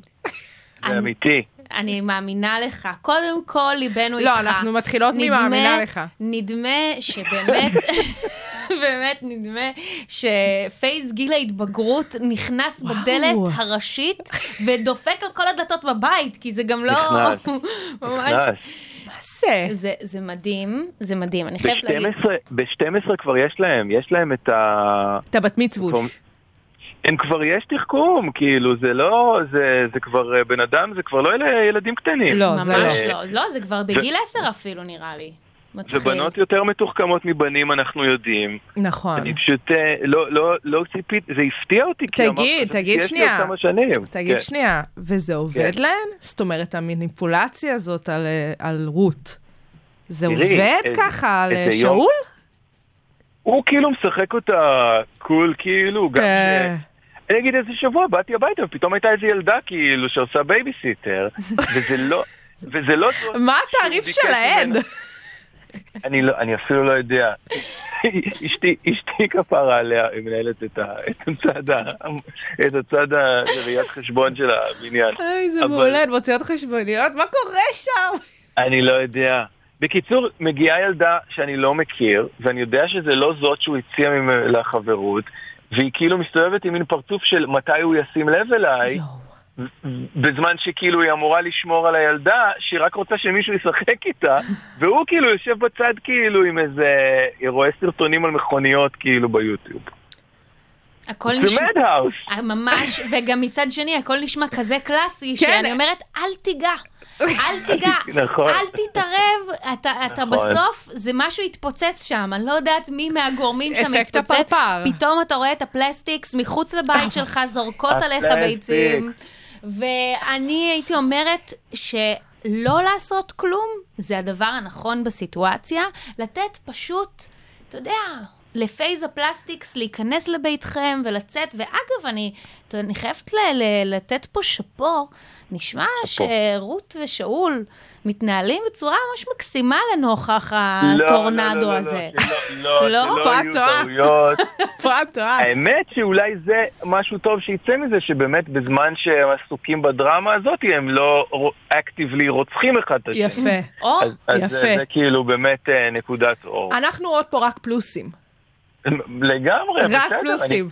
F: זה אמיתי.
D: אני מאמינה לך. קודם כל, ליבנו
E: לא,
D: איתך.
E: אנחנו מתחילות
D: נדמה-
E: ממאמינה לך.
D: נדמה שבאמת, באמת נדמה שפייס גיל ההתבגרות נכנס
E: וואו.
D: בדלת הראשית ודופק על כל הדלתות בבית, כי זה גם לא...
F: נכנס,
D: ממש-
F: נכנס.
E: מה זה?
D: זה, זה מדהים, זה מדהים, אני חייבת להגיד.
F: ב-12 ב-12 כבר יש להם, יש להם את ה...
E: אתה בת מצווש.
F: הם כבר יש תחכום, כאילו, זה לא, זה, זה כבר אה, בן אדם, זה כבר לא אלה ילדים קטנים.
E: לא, זה
D: ממש
F: לא.
D: לא. לא, זה כבר בגיל עשר אפילו, נראה לי. מתחיל.
E: אוקיי.
F: ובנות יותר מתוחכמות מבנים, אנחנו יודעים.
E: נכון.
F: אני פשוט אה, לא, לא, לא ציפיתי, זה הפתיע אותי, כי אמרתי,
E: תגיד,
F: חשבתי
E: תגיד
F: שיש לי
E: שנייה.
F: עוד כמה שנים.
E: תגיד
F: כן.
E: שנייה, וזה עובד להן? זאת אומרת, המניפולציה הזאת על, אה, על רות, זה
F: תראי,
E: עובד
F: איזה-
E: ככה על אה,
F: איזה יום.
E: שאול?
F: הוא כאילו משחק אותה קול, כאילו, גם...
E: אה,
F: ש- אני אגיד איזה שבוע, באתי הביתה, ופתאום הייתה איזו ילדה, כאילו, שעושה בייביסיטר, וזה לא... וזה לא...
E: מה התעריף
F: שהוא ביקש
E: שלהן?
F: ממנה. אני, לא, אני אפילו לא יודע. אשתי, אשתי כפרה עליה, היא מנהלת את, ה, את הצד, ה, את הצד ה- ראיית חשבון של הבניין.
E: אוי, זה
F: אבל-
E: מעולה, הן מוציאות חשבוניות, מה קורה שם?
F: אני לא יודע. בקיצור, מגיעה ילדה שאני לא מכיר, ואני יודע שזה לא זאת שהוא הציע ממ- לחברות, והיא כאילו מסתובבת עם מין פרצוף של מתי הוא ישים לב אליי, בזמן שכאילו היא אמורה לשמור על הילדה, שהיא רק רוצה שמישהו ישחק איתה, והוא כאילו יושב בצד כאילו עם איזה... רואה סרטונים על מכוניות כאילו ביוטיוב.
D: הכל
F: זה
D: נשמע...
F: מדהאוס.
D: אה, ממש, וגם מצד שני, הכל נשמע כזה קלאסי,
E: כן.
D: שאני אומרת, אל תיגע. אל תיגע,
F: נכון.
D: אל תתערב, אתה, אתה
F: נכון.
D: בסוף, זה משהו התפוצץ שם, אני לא יודעת מי מהגורמים שם
E: אפקט
D: התפוצץ.
E: הפרפר.
D: פתאום אתה רואה את הפלסטיקס מחוץ לבית שלך, זורקות עליך
F: הפלסטיק.
D: ביצים. ואני הייתי אומרת שלא לעשות כלום זה הדבר הנכון בסיטואציה, לתת פשוט, אתה יודע... לפייז הפלסטיקס, להיכנס לביתכם ולצאת, ואגב, אני, אתה יודע, אני חייבת ל- ל- לתת פה שאפו, נשמע שרות ושאול מתנהלים בצורה ממש מקסימה לנוכח
E: אה, לא,
D: הטורנדו הזה.
F: לא,
D: לא?
F: לא, לא, שלא
E: טועה,
F: יהיו
E: טועה.
F: טעויות.
E: פה את טועה.
F: האמת שאולי זה משהו טוב שיצא מזה, שבאמת בזמן שהם עסוקים בדרמה הזאת, הם לא אקטיבלי רוצחים אחד את השני.
E: יפה.
D: או,
F: אז, אז זה,
E: יפה.
F: זה כאילו באמת אה, נקודת אור.
E: אנחנו עוד פה רק פלוסים.
F: לגמרי,
E: אה, רק
F: אה, בסדר, אני
E: פלוסים.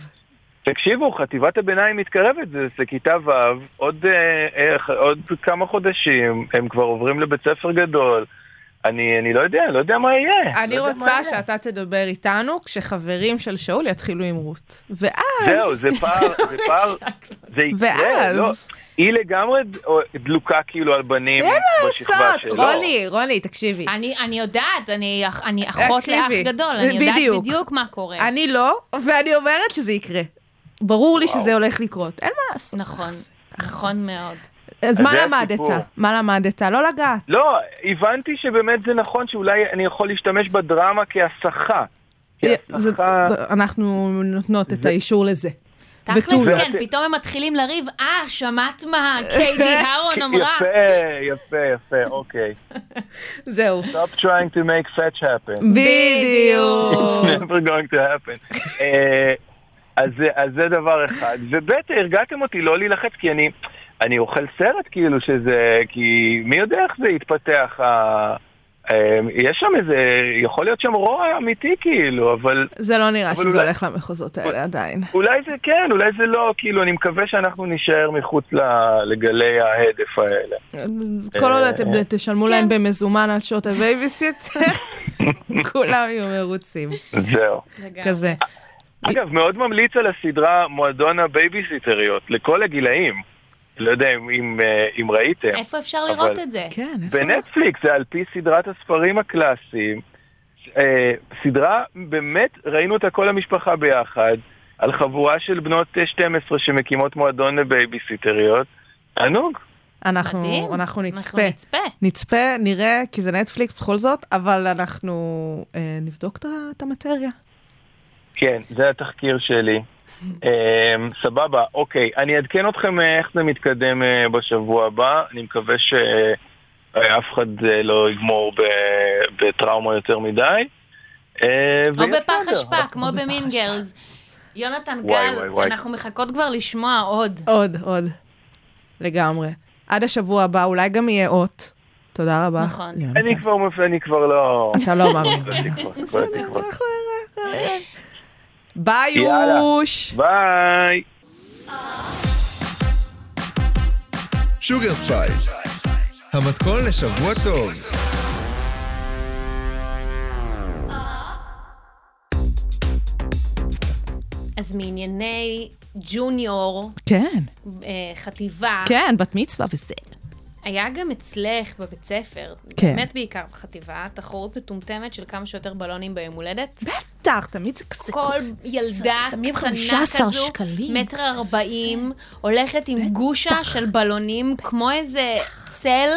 F: תקשיבו, חטיבת הביניים מתקרבת, זה, זה כיתה ו', עוד, אה, איך, עוד כמה חודשים הם כבר עוברים לבית ספר גדול. אני, אני לא יודע, לא יודע מה יהיה. לא
G: אני
F: יודע מה
G: רוצה
F: יהיה.
G: שאתה תדבר איתנו כשחברים של שאול יתחילו עם רות. ואז...
F: זהו, זה פער, זה פער, זה יקרה,
G: ואז-
F: לא. היא לגמרי ד- או- דלוקה כאילו על בנים
G: אין מה
F: בשכבה
G: לעשות,
F: שלו. לא.
E: רוני, רוני, תקשיבי.
D: אני, אני יודעת, אני, אח- אני אחות לאח
E: תקשיבי,
D: גדול, אני יודעת
E: בדיוק.
D: בדיוק, מה קורה.
E: אני לא, ואני אומרת שזה יקרה. ברור לי שזה הולך לקרות, אין מה לעשות.
D: נכון, נכון מאוד.
E: אז
F: אז
E: מה
F: זה
E: למדת?
F: הסיפור.
E: מה למדת? לא לגעת.
F: לא, הבנתי שבאמת זה נכון שאולי אני יכול להשתמש בדרמה כהסחה.
E: זה-
F: כהסחה...
E: אנחנו נותנות את האישור לזה. ותו
D: תכלס,
E: לא.
D: כן, פתאום הם מתחילים לריב, אה, שמעת מה קיידי הרון אמרה?
F: יפה, יפה, יפה, אוקיי.
E: זהו.
F: Stop trying to make fetch happen.
E: בדיוק.
F: never going to happen. אה, אז, זה- אז זה דבר אחד. וב' הרגעתם אותי לא להילחץ, כי אני, אני אוכל סרט כאילו שזה, כי מי יודע איך זה יתפתח. ה- אה, יש שם איזה, יכול להיות שם רוע אמיתי כאילו, אבל
E: זה לא נראה
F: אבל
E: שזה
F: אולי-
E: הולך למחוזות האלה עדיין.
F: אולי זה כן, אולי זה לא, כאילו, אני מקווה שאנחנו נישאר מחוץ ל- לגלי ההדף האלה.
E: כל עוד אתם תשלמו להם במזומן על שעות הבייביסיטר, כולם יהיו מרוצים.
F: זהו.
E: כזה.
F: אגב, מאוד ממליץ על הסדרה מועדון הבייביסיטריות, לכל הגילאים. לא יודע אם, אם, אה, אם ראיתם.
D: איפה אפשר
F: אבל-
D: לראות את זה?
E: כן.
F: בנטפליקס, זה על פי סדרת הספרים הקלאסיים. אה, סדרה, באמת, ראינו אותה כל המשפחה ביחד, על חבורה של בנות אה, 12 שמקימות מועדון לבייביסיטריות. ענוג.
E: אנחנו
D: מדהים.
E: אנחנו
D: אנחנו
E: נצפה.
D: נצפה.
E: נצפה, נראה, כי זה נטפליקס בכל זאת, אבל אנחנו אה, נבדוק את ה- את המטריה.
F: כן, זה התחקיר שלי. אמ, סבבה, אוקיי. אני אעדכן אתכם אה, איך זה מתקדם אה, בשבוע הבא. אני מקווה שאף אחד אה, לא יגמור ב- בטראומה יותר מדי. אה,
D: או
F: ויהיה
D: בפח
F: בסדר.
D: אשפה, כמו במינגרס. יונתן
F: וואי, וואי,
D: גל,
F: וואי.
D: אנחנו מחכות כבר לשמוע עוד.
E: עוד, עוד. לגמרי. עד השבוע הבא, אולי גם יהיה אות. תודה רבה.
D: נכון.
E: ליונתן.
F: אני כבר מפ- אני כבר לא...
E: אתה לא מאמין.
F: בתקוות, בתקוות.
E: ביי,
F: יאללה.
E: יוש!
F: ביי!
C: שוגר ספייס, המתכון לשבוע טוב.
D: אז מענייני ג'וניור,
E: כן,
D: אה, חטיבה,
E: כן, בת מצווה וזה.
D: היה גם אצלך בבית ספר,
E: כן.
D: באמת בעיקר בחטיבה, תחרות מטומטמת של כמה שיותר בלונים ביום הולדת.
E: בטח, תמיד זה כזה.
D: כל ילדה
E: ש- שמים
D: קטנה
E: 15
D: כזו,
E: שקלים.
D: מטר
E: זה-
D: ארבעים, הולכת עם גושה של בלונים, כמו איזה צל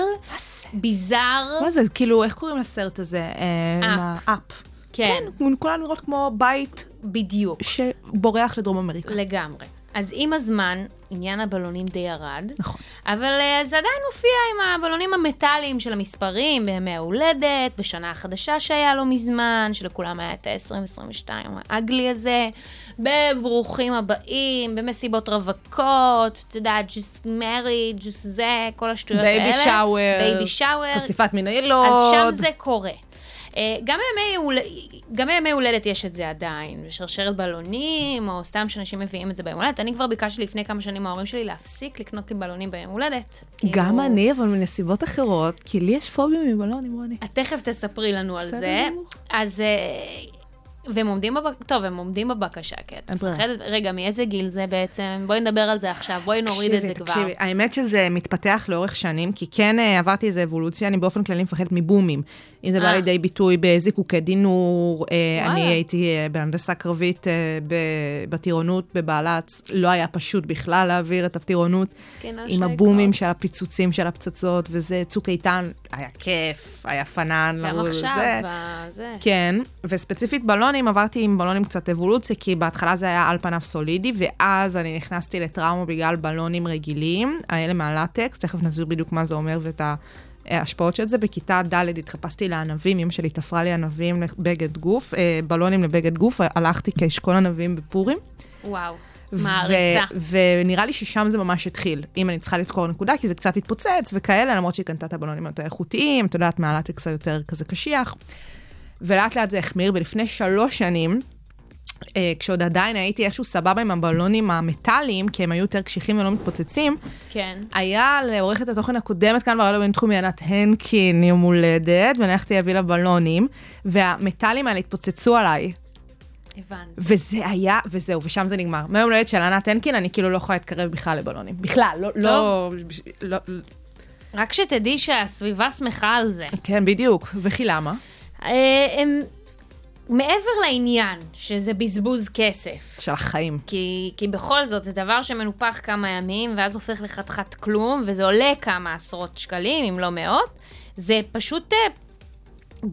D: ביזאר.
E: מה זה, כאילו, איך קוראים לסרט הזה? אה,
D: אפ.
E: מה- אפ.
D: כן,
E: הוא כולן נראות כמו בית
D: בדיוק,
E: שבורח לדרום אמריקה.
D: לגמרי. אז עם הזמן, עניין הבלונים די ירד.
E: נכון.
D: אבל אה, זה עדיין מופיע עם הבלונים המטאליים של המספרים בימי ההולדת, בשנה החדשה שהיה לא מזמן, שלכולם היה את ה-2022 האגלי הזה, בברוכים הבאים, במסיבות רווקות, את יודעת, just married, just זה, כל השטויות האלה.
E: בייבי שאוור.
D: בייבי שאוור.
E: חשיפת
D: אז שם
E: מנהלות.
D: זה קורה. אה, גם בימי, הול... גם בימי הולדת יש את זה עדיין, בשרשרת בלונים, או סתם שאנשים מביאים את זה ביום הולדת. אני כבר ביקשתי לפני כמה שנים מההורים שלי להפסיק לקנות לי בלונים ביום הולדת.
E: גם
D: כאילו,
E: אני, אבל מנסיבות אחרות, כי לי יש פוביה מבלונים, רוני.
D: את תכף תספרי לנו על
E: בסדר
D: זה.
E: גמור.
D: אז... אה, והם עומדים בבקשה, טוב, הם עומדים בבקשה, כי את
E: אין ברירה.
D: מפחדת, רגע, מאיזה גיל זה בעצם? בואי נדבר על זה עכשיו, בואי נוריד את זה כבר.
E: תקשיבי, האמת שזה מתפתח לאורך שנים, כי כן אה, עברתי איזה אבולוציה, אני באופן כללי מפחדת מבומים. אם זה בא
D: אה.
E: לידי ביטוי בזיקוקי דינור, אה, אני
D: וואלה.
E: הייתי אה, בהנדסה קרבית אה, ב- בטירונות, בבעלץ, לא היה פשוט בכלל להעביר את הטירונות.
D: מסכנה
E: עם
D: שהקראת.
E: הבומים של הפיצוצים של הפצצות, וזה צוק איתן, היה כיף, היה פנן.
D: גם
E: לרוץ
D: עכשיו,
E: וזה.
D: בזה.
E: כן, וספציפית בלונים, עברתי עם בלונים קצת אבולוציה, כי בהתחלה זה היה על פניו סולידי, ואז אני נכנסתי לטראומה בגלל בלונים רגילים, האלה מהלטקס, תכף נסביר בדיוק מה זה אומר ואת ההשפעות של זה. בכיתה ד' התחפשתי לענבים, אמא שלי תפרה לי ענבים לבגד גוף, אה, בלונים לבגד גוף, הלכתי כאשכול ענבים בפורים.
D: וואו, מעריצה.
E: ו- ונראה לי ששם זה ממש התחיל, אם אני צריכה לתקור נקודה, כי זה קצת התפוצץ וכאלה, למרות שהיא קנתה את הבלונים היותר איכותיים, את יודעת, מהלטקס היותר כזה קשיח. ולאט לאט זה החמיר, ולפני שלוש שנים אה, כשעוד עדיין הייתי איכשהו סבבה עם הבלונים המטאליים, כי הם היו יותר קשיחים ולא מתפוצצים,
D: כן.
E: היה לעורכת התוכן הקודמת כאן ברדיו בינתחומי ענת הנקין יום הולדת, והלכתי להביא לה בלונים, והמטאלים האלה התפוצצו עליי.
D: הבנתי.
E: וזה היה, וזהו, ושם זה נגמר. מהיום הולדת של ענת הנקין, אני כאילו לא יכולה להתקרב בכלל לבלונים. בכלל, לא, לא, לא, לא,
D: רק שתדעי שהסביבה שמחה על זה.
E: כן, בדיוק. וכי למה?
D: אה, הם... מעבר לעניין שזה בזבוז כסף,
E: של החיים.
D: כי, כי בכל זאת, זה דבר שמנופח כמה ימים, ואז הופך לחתיכת כלום, וזה עולה כמה עשרות שקלים, אם לא מאות. זה פשוט אה,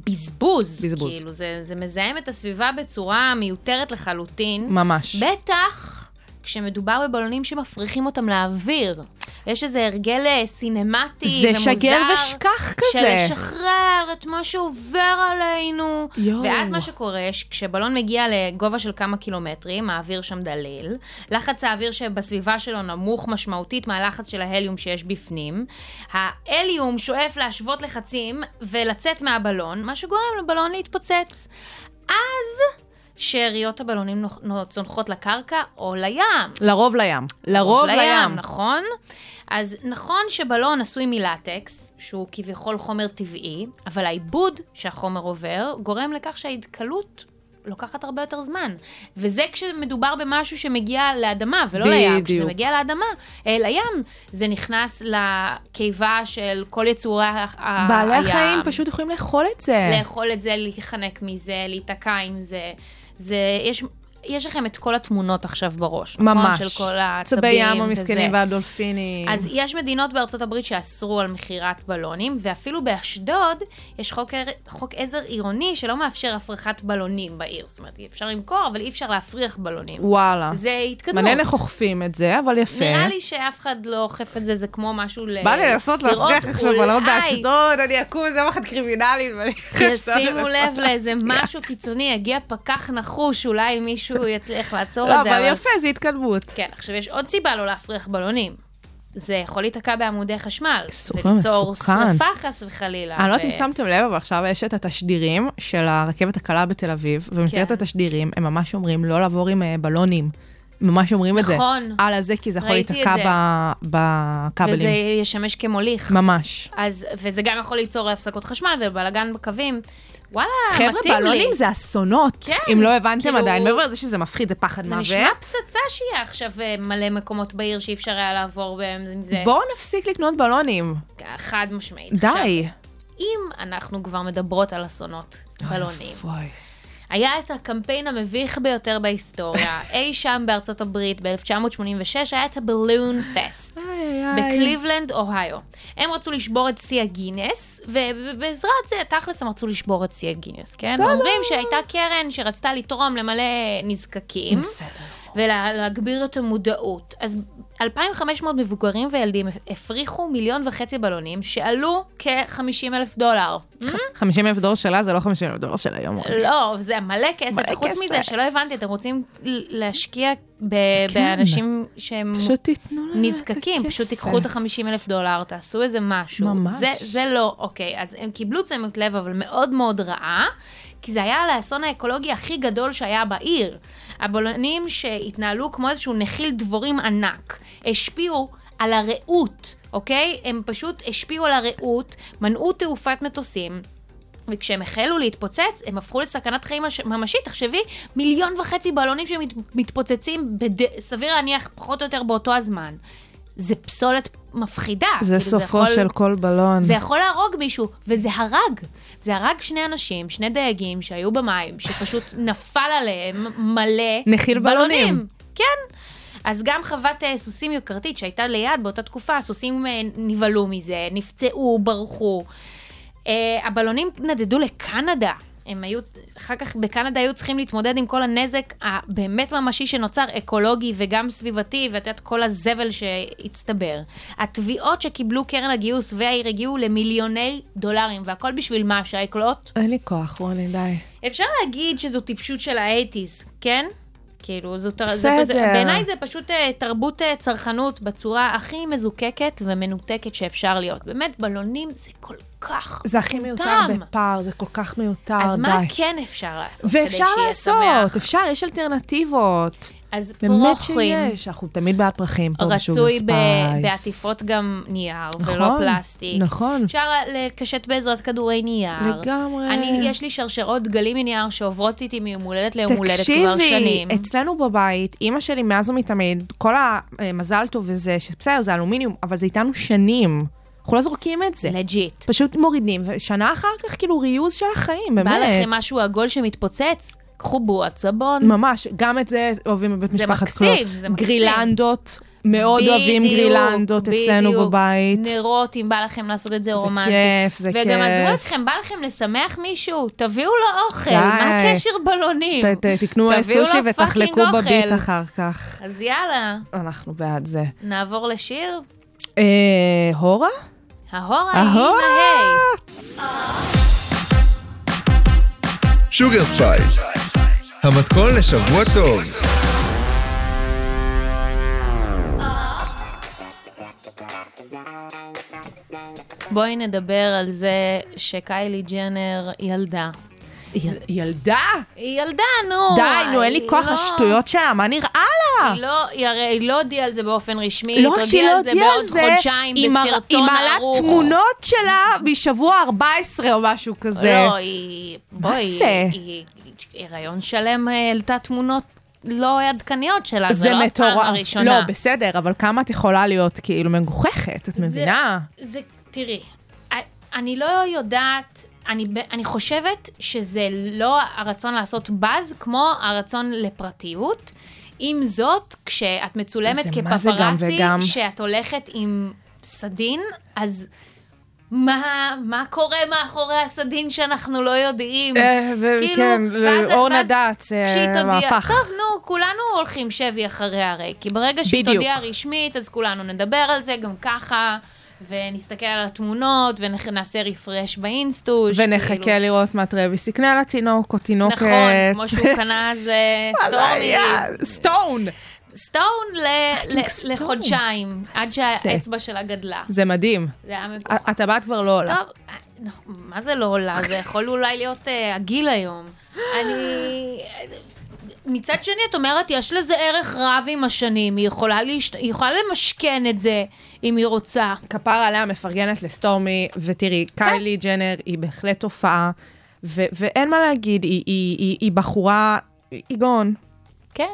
D: בזבוז.
E: בזבוז.
D: כאילו, זה, זה מזהם את הסביבה בצורה מיותרת לחלוטין.
E: ממש.
D: בטח כשמדובר בבלונים שמפריחים אותם לאוויר. יש איזה הרגל אה, סינמטי
E: זה
D: ומוזר.
E: שגר ושכח
D: של
E: כזה.
D: לשחרר את מה שעובר עלינו.
E: יואו.
D: ואז מה שקורה, ש- כשבלון מגיע לגובה של כמה קילומטרים, האוויר שם דליל, לחץ האוויר שבסביבה שלו נמוך משמעותית מהלחץ של ההליום שיש בפנים. ההליום שואף להשוות לחצים ולצאת מהבלון, מה שגורם לבלון להתפוצץ. אז שאריות הבלונים נוח- נו- צונחות לקרקע או לים.
E: לרוב לים. לרוב לים.
D: נכון? אז נכון שבלון עשוי מלטקס, שהוא כביכול חומר טבעי, אבל העיבוד שהחומר עובר גורם לכך שההתכלות לוקחת הרבה יותר זמן. וזה כשמדובר במשהו שמגיע לאדמה ולא לים. כשזה
E: בדיוק.
D: מגיע לאדמה, אה, לים, זה נכנס לקיבה של כל יצורי ה- ה-
E: בעלי
D: הים.
E: החיים פשוט יכולים לאכול את זה.
D: לאכול את זה, להיחנק מזה, להיתקע עם זה. זה, יש... יש לכם את כל התמונות עכשיו בראש,
E: ממש.
D: נכון? של כל העצבים.
E: צבי ים
D: וזה.
E: המסכנים והדולפינים.
D: אז יש מדינות בארצות הברית שאסרו על מכירת בלונים, ואפילו באשדוד יש חוק, ער- חוק עזר עירוני שלא מאפשר הפרחת בלונים בעיר. זאת אומרת, אפשר למכור, אבל אי אפשר להפריח בלונים.
E: וואלה.
D: זה התקדמות.
E: מעניין איך אוכפים את זה, אבל יפה.
D: נראה לי שאף אחד לא אוכף את זה, זה כמו משהו ל...
E: בא לי לנסות
D: לראות,
E: להפריח עכשיו בלון
D: אולי
E: באשדוד, אני אקום איזה יום אחד קרימינלי ואני...
D: תשימו לב לאיזה משהו קיצוני, יגיע פקח נחוש, אולי מישהו יצליח לעצור
E: לא,
D: את זה.
E: אבל יפה, זה התקדמות.
D: כן, עכשיו יש עוד סיבה לא להפריח בלונים. זה יכול להיתקע בעמודי חשמל.
E: סופר
D: וליצור
E: מסוכן.
D: שרפה חס וחלילה.
E: אני לא
D: ו-
E: יודעת אם שמתם לב, אבל עכשיו יש את התשדירים של הרכבת הקלה בתל אביב, ובמסגרת
D: כן.
E: התשדירים הם ממש אומרים לא לעבור עם אה, בלונים. ממש אומרים את זה.
D: נכון.
E: על הזה, כי זה יכול
D: ראיתי את
E: להיתקע
D: זה.
E: ב-
D: וזה
E: בכבלים.
D: ישמש כמוליך.
E: ממש.
D: אז, וזה גם יכול ליצור להפסקות חשמל ובלאגן בקווים. וואלה, אה, מתאים
E: חבר'ה,
D: לי.
E: בלונים זה אסונות.
D: כן,
E: אם לא הבנתם
D: כאילו-
E: עדיין, מעבר לזה שזה מפחיד, זה פחד מוות.
D: זה נשמע פצצה שיהיה עכשיו אה, מלא מקומות בעיר שאי אפשר היה לעבור בהם עם זה.
E: בואו נפסיק לקנות בלונים.
D: חד משמעית. עכשיו,
E: די.
D: אם אנחנו כבר מדברות על אסונות בלונים,
E: וואי.
D: היה את הקמפיין המביך ביותר בהיסטוריה, אי שם בארצות הברית ב-1986, היה את הבלון פסט. בקליבלנד, אוהיו. הם רצו לשבור את שיא הגינס, ובעזרת זה, תכלס הם רצו לשבור את שיא הגינס, כן?
E: בסדר.
D: אומרים שהייתה קרן שרצתה לתרום למלא נזקקים. ולהגביר את המודעות. אז 2,500 מבוגרים וילדים הפריחו מיליון וחצי בלונים שעלו כ-50 אלף דולר.
E: 50 אלף דולר שלה זה לא 50 אלף דולר של היום. אורלי.
D: לא, זה מלא כסף.
E: מלא
D: חוץ
E: כסף.
D: מזה, שלא הבנתי, אתם רוצים ל- להשקיע ב- באנשים שהם
E: כן. פשוט תיתנו להם
D: נזקקים, פשוט תיקחו את ה-50 אלף דולר, תעשו איזה משהו.
E: ממש.
D: זה, זה לא, אוקיי. אז הם קיבלו תשומת לב, אבל מאוד מאוד רעה, כי זה היה על האסון האקולוגי הכי גדול שהיה בעיר. הבולענים שהתנהלו כמו איזשהו נחיל דבורים ענק, השפיעו על הרעות, אוקיי? הם פשוט השפיעו על הרעות, מנעו תעופת מטוסים. וכשהם החלו להתפוצץ, הם הפכו לסכנת חיים מש- ממשית. תחשבי, מיליון וחצי בלונים שמתפוצצים, בד... סביר להניח, פחות או יותר באותו הזמן. זה פסולת מפחידה.
E: זה
D: כאילו,
E: סופו
D: יכול-
E: של כל בלון.
D: זה יכול להרוג מישהו, וזה הרג. זה הרג שני אנשים, שני דייגים שהיו במים, שפשוט נפל עליהם מלא
E: נחיל בלונים.
D: כן. אז גם חוות אה, סוסים יוקרתית שהייתה ליד באותה תקופה, הסוסים אה, נבהלו מזה, נפצעו, ברחו. אה, הבלונים נדדו לקנדה. הם היו, אחר כך בקנדה היו צריכים להתמודד עם כל הנזק הבאמת ממשי שנוצר, אקולוגי וגם סביבתי, ואת יודעת, כל הזבל שהצטבר. התביעות שקיבלו קרן הגיוס והעיר הגיעו למיליוני דולרים, והכל בשביל מה, שייקלוט?
E: אין לי כוח, רוני, די.
D: אפשר להגיד שזו טיפשות של האייטיז, כן? כאילו, זו תרבות,
E: בסדר.
D: בעיניי זה פשוט אה, תרבות אה, צרכנות בצורה הכי מזוקקת ומנותקת שאפשר להיות. באמת, בלונים זה כל כך...
E: זה הכי מיותר
D: מטומטם.
E: בפער, זה כל כך מיותר,
D: אז
E: די.
D: מה כן אפשר לעשות כדי
E: ואפשר
D: שיהיה
E: לעשות,
D: שמח?
E: אפשר, יש אלטרנטיבות.
D: אז
E: באמת
D: פרוחים,
E: שיש, אנחנו תמיד בעד פרחים פה בשוגר
D: רצוי ב-
E: ספייס.
D: בעטיפות גם נייר ולא
E: נכון,
D: פלסטיק.
E: נכון.
D: אפשר ל- לקשט בעזרת כדורי נייר.
E: לגמרי.
D: אני, יש לי שרשרות דגלים מנייר שעוברות איתי מיום הולדת ליום הולדת כבר
E: תקשיבי,
D: שנים.
E: אצלנו בבית, אימא שלי מאז ומתמיד, כל המזל טוב וזה, שבסדר, זה אלומיניום, אבל זה איתנו שנים. אנחנו לא זורקים את זה.
D: לג'יט.
E: פשוט מורידים, ושנה אחר כך כאילו ריוז של החיים, באמת.
D: בא לכם משהו עגול שמתפוצץ? קחו בועת סבון.
E: ממש, גם את זה אוהבים בבית
D: נכון. זה
E: משפחת
D: מקסים,
E: קלור.
D: זה מקסים.
E: גרילנדות, מאוד
D: בדיוק,
E: אוהבים גרילנדות
D: בדיוק.
E: אצלנו בבית.
D: נרות, אם בא לכם לעשות את זה
E: זה
D: רומנטי.
E: כיף, זה
D: וגם עזבו
E: כיף.
D: אתכם, בא לכם לשמח מישהו, תביאו לו אוכל, מה
E: די.
D: הקשר בלונים?
E: ת- ת- תקנו
D: תביאו לו
E: סושי
D: פאקינג
E: ותחלקו
D: אוכל.
E: בביט אחר כך.
D: אז יאללה,
E: אנחנו בעד זה.
D: נעבור לשיר.
E: אה, הורה?
D: ההורה היא עם
E: ההורה!
D: ההיי.
C: שוגר ספייס, המתכון לשבוע טוב.
D: בואי נדבר על זה שקיילי ג'נר ילדה.
E: ילדה?
D: היא ילדה, נו.
E: די, נו, אין לי
D: היא
E: כוח
D: לא-
E: לשטויות שלה, מה נראה לה?
D: היא לא, היא הרי היא לא הודיעה על זה באופן רשמי,
E: לא רק שהיא לא הודיעה על זה,
D: היא תודיע על זה
E: היא
D: בעוד
E: מרא-
D: חודשיים בסרטון
E: היא
D: ערוך.
E: מעלה תמונות שלה משבוע 14 או משהו כזה.
D: לא, היא... בואי, היא-
E: זה?
D: היא... היא- הריון שלם אה, העלתה תמונות לא עדכניות שלה, זה
E: זה
D: לא הפעם
E: מטורף.
D: הראשונה.
E: לא, בסדר, אבל כמה את יכולה להיות כאילו מגוחכת, את מבינה?
D: זה, תראי, א- אני לא יודעת, אני, ב- אני חושבת שזה לא הרצון לעשות באז כמו הרצון לפרטיות. עם זאת, כשאת מצולמת
E: זה מה זה גם
D: כפפרצי,
E: וגם?
D: שאת הולכת עם סדין, אז מה, מה קורה מאחורי הסדין שאנחנו לא יודעים?
E: אה, ו-
D: כאילו,
E: כן,
D: ואז-
E: אורנה
D: ואז
E: דאץ, אה,
D: כשהיא תודיע,
E: מהפך.
D: טוב, כאילו. נו, כולנו הולכים שבי אחריה הרי, כי ברגע שהיא
E: בדיוק.
D: תודיע רשמית, אז כולנו נדבר על זה גם ככה, ונסתכל על התמונות, ונעשה רפרש באינסטוש.
E: ונחכה
D: כאילו.
E: לראות מה טרוויס יקנה לתינוק או תינוקת.
D: נכון, כמו שהוא קנה אז אה, סטורני,
E: סטון.
D: סטון ל-
E: פאקינג
D: ל-
E: סטון.
D: לחודשיים, עד
E: זה.
D: שהאצבע שלה גדלה.
E: זה מדהים.
D: זה היה מגוחך.
E: ה- הטבעת כבר לא עולה.
D: טוב, אה, נכון, מה זה לא עולה? זה יכול אולי להיות אה, הגיל היום. אני... מצד שני, את אומרת, יש לזה ערך רב עם השנים, היא יכולה, להשת... היא יכולה למשכן את זה אם היא רוצה.
E: כפרה עליה מפרגנת לסטורמי, ותראי,
D: כן.
E: קיילי ג'נר היא בהחלט תופעה, ו- ואין מה להגיד, היא, היא, היא, היא בחורה, היא גאון,
D: כן,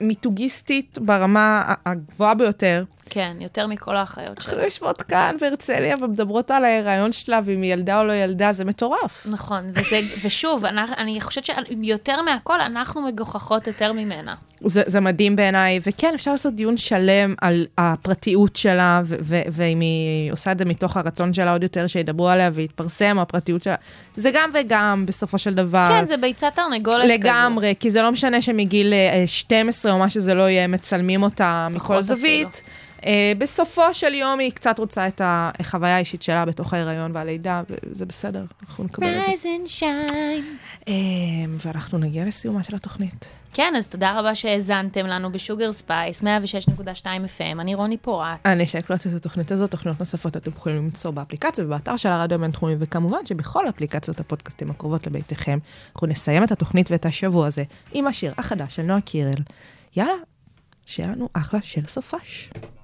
E: מיתוגיסטית ברמה ה- הגבוהה ביותר.
D: כן, יותר מכל האחיות
E: אנחנו
D: שלה.
E: יושבות כאן בהרצליה ומדברות על ההיריון שלה, ואם היא ילדה או לא ילדה, זה מטורף.
D: נכון, וזה, ושוב, אני, אני חושבת שיותר מהכל, אנחנו מגוחכות יותר ממנה.
E: זה, זה מדהים בעיניי, וכן, אפשר לעשות דיון שלם על הפרטיות שלה, ו- ו- ואם היא עושה את זה מתוך הרצון שלה עוד יותר, שידברו עליה ויתפרסם, הפרטיות שלה. זה גם וגם, בסופו של דבר.
D: כן, זה ביצת תרנגולת כזו.
E: אה. לגמרי, כי זה לא משנה שמגיל אה, 12 או מה שזה לא יהיה, מצלמים אותה מכל
D: פחות
E: זווית. אה, בסופו של יום היא קצת רוצה את החוויה האישית שלה בתוך ההיריון והלידה, וזה בסדר, אנחנו נקבל את זה.
D: Rise and shine.
E: אה, ואנחנו נגיע לסיומה של התוכנית.
D: כן, אז תודה רבה שהאזנתם לנו בשוגר ספייס, 106.2 FM, אני רוני פורט.
E: אני שקלוט את התוכנית הזאת, תוכניות נוספות אתם יכולים למצוא באפליקציה ובאתר של הרדיו הבינתחומי, וכמובן שבכל אפליקציות הפודקאסטים הקרובות לביתכם, אנחנו נסיים את התוכנית ואת השבוע הזה עם השיר החדש של נועה קירל. יאללה, שיהיה לנו אחלה של סופש.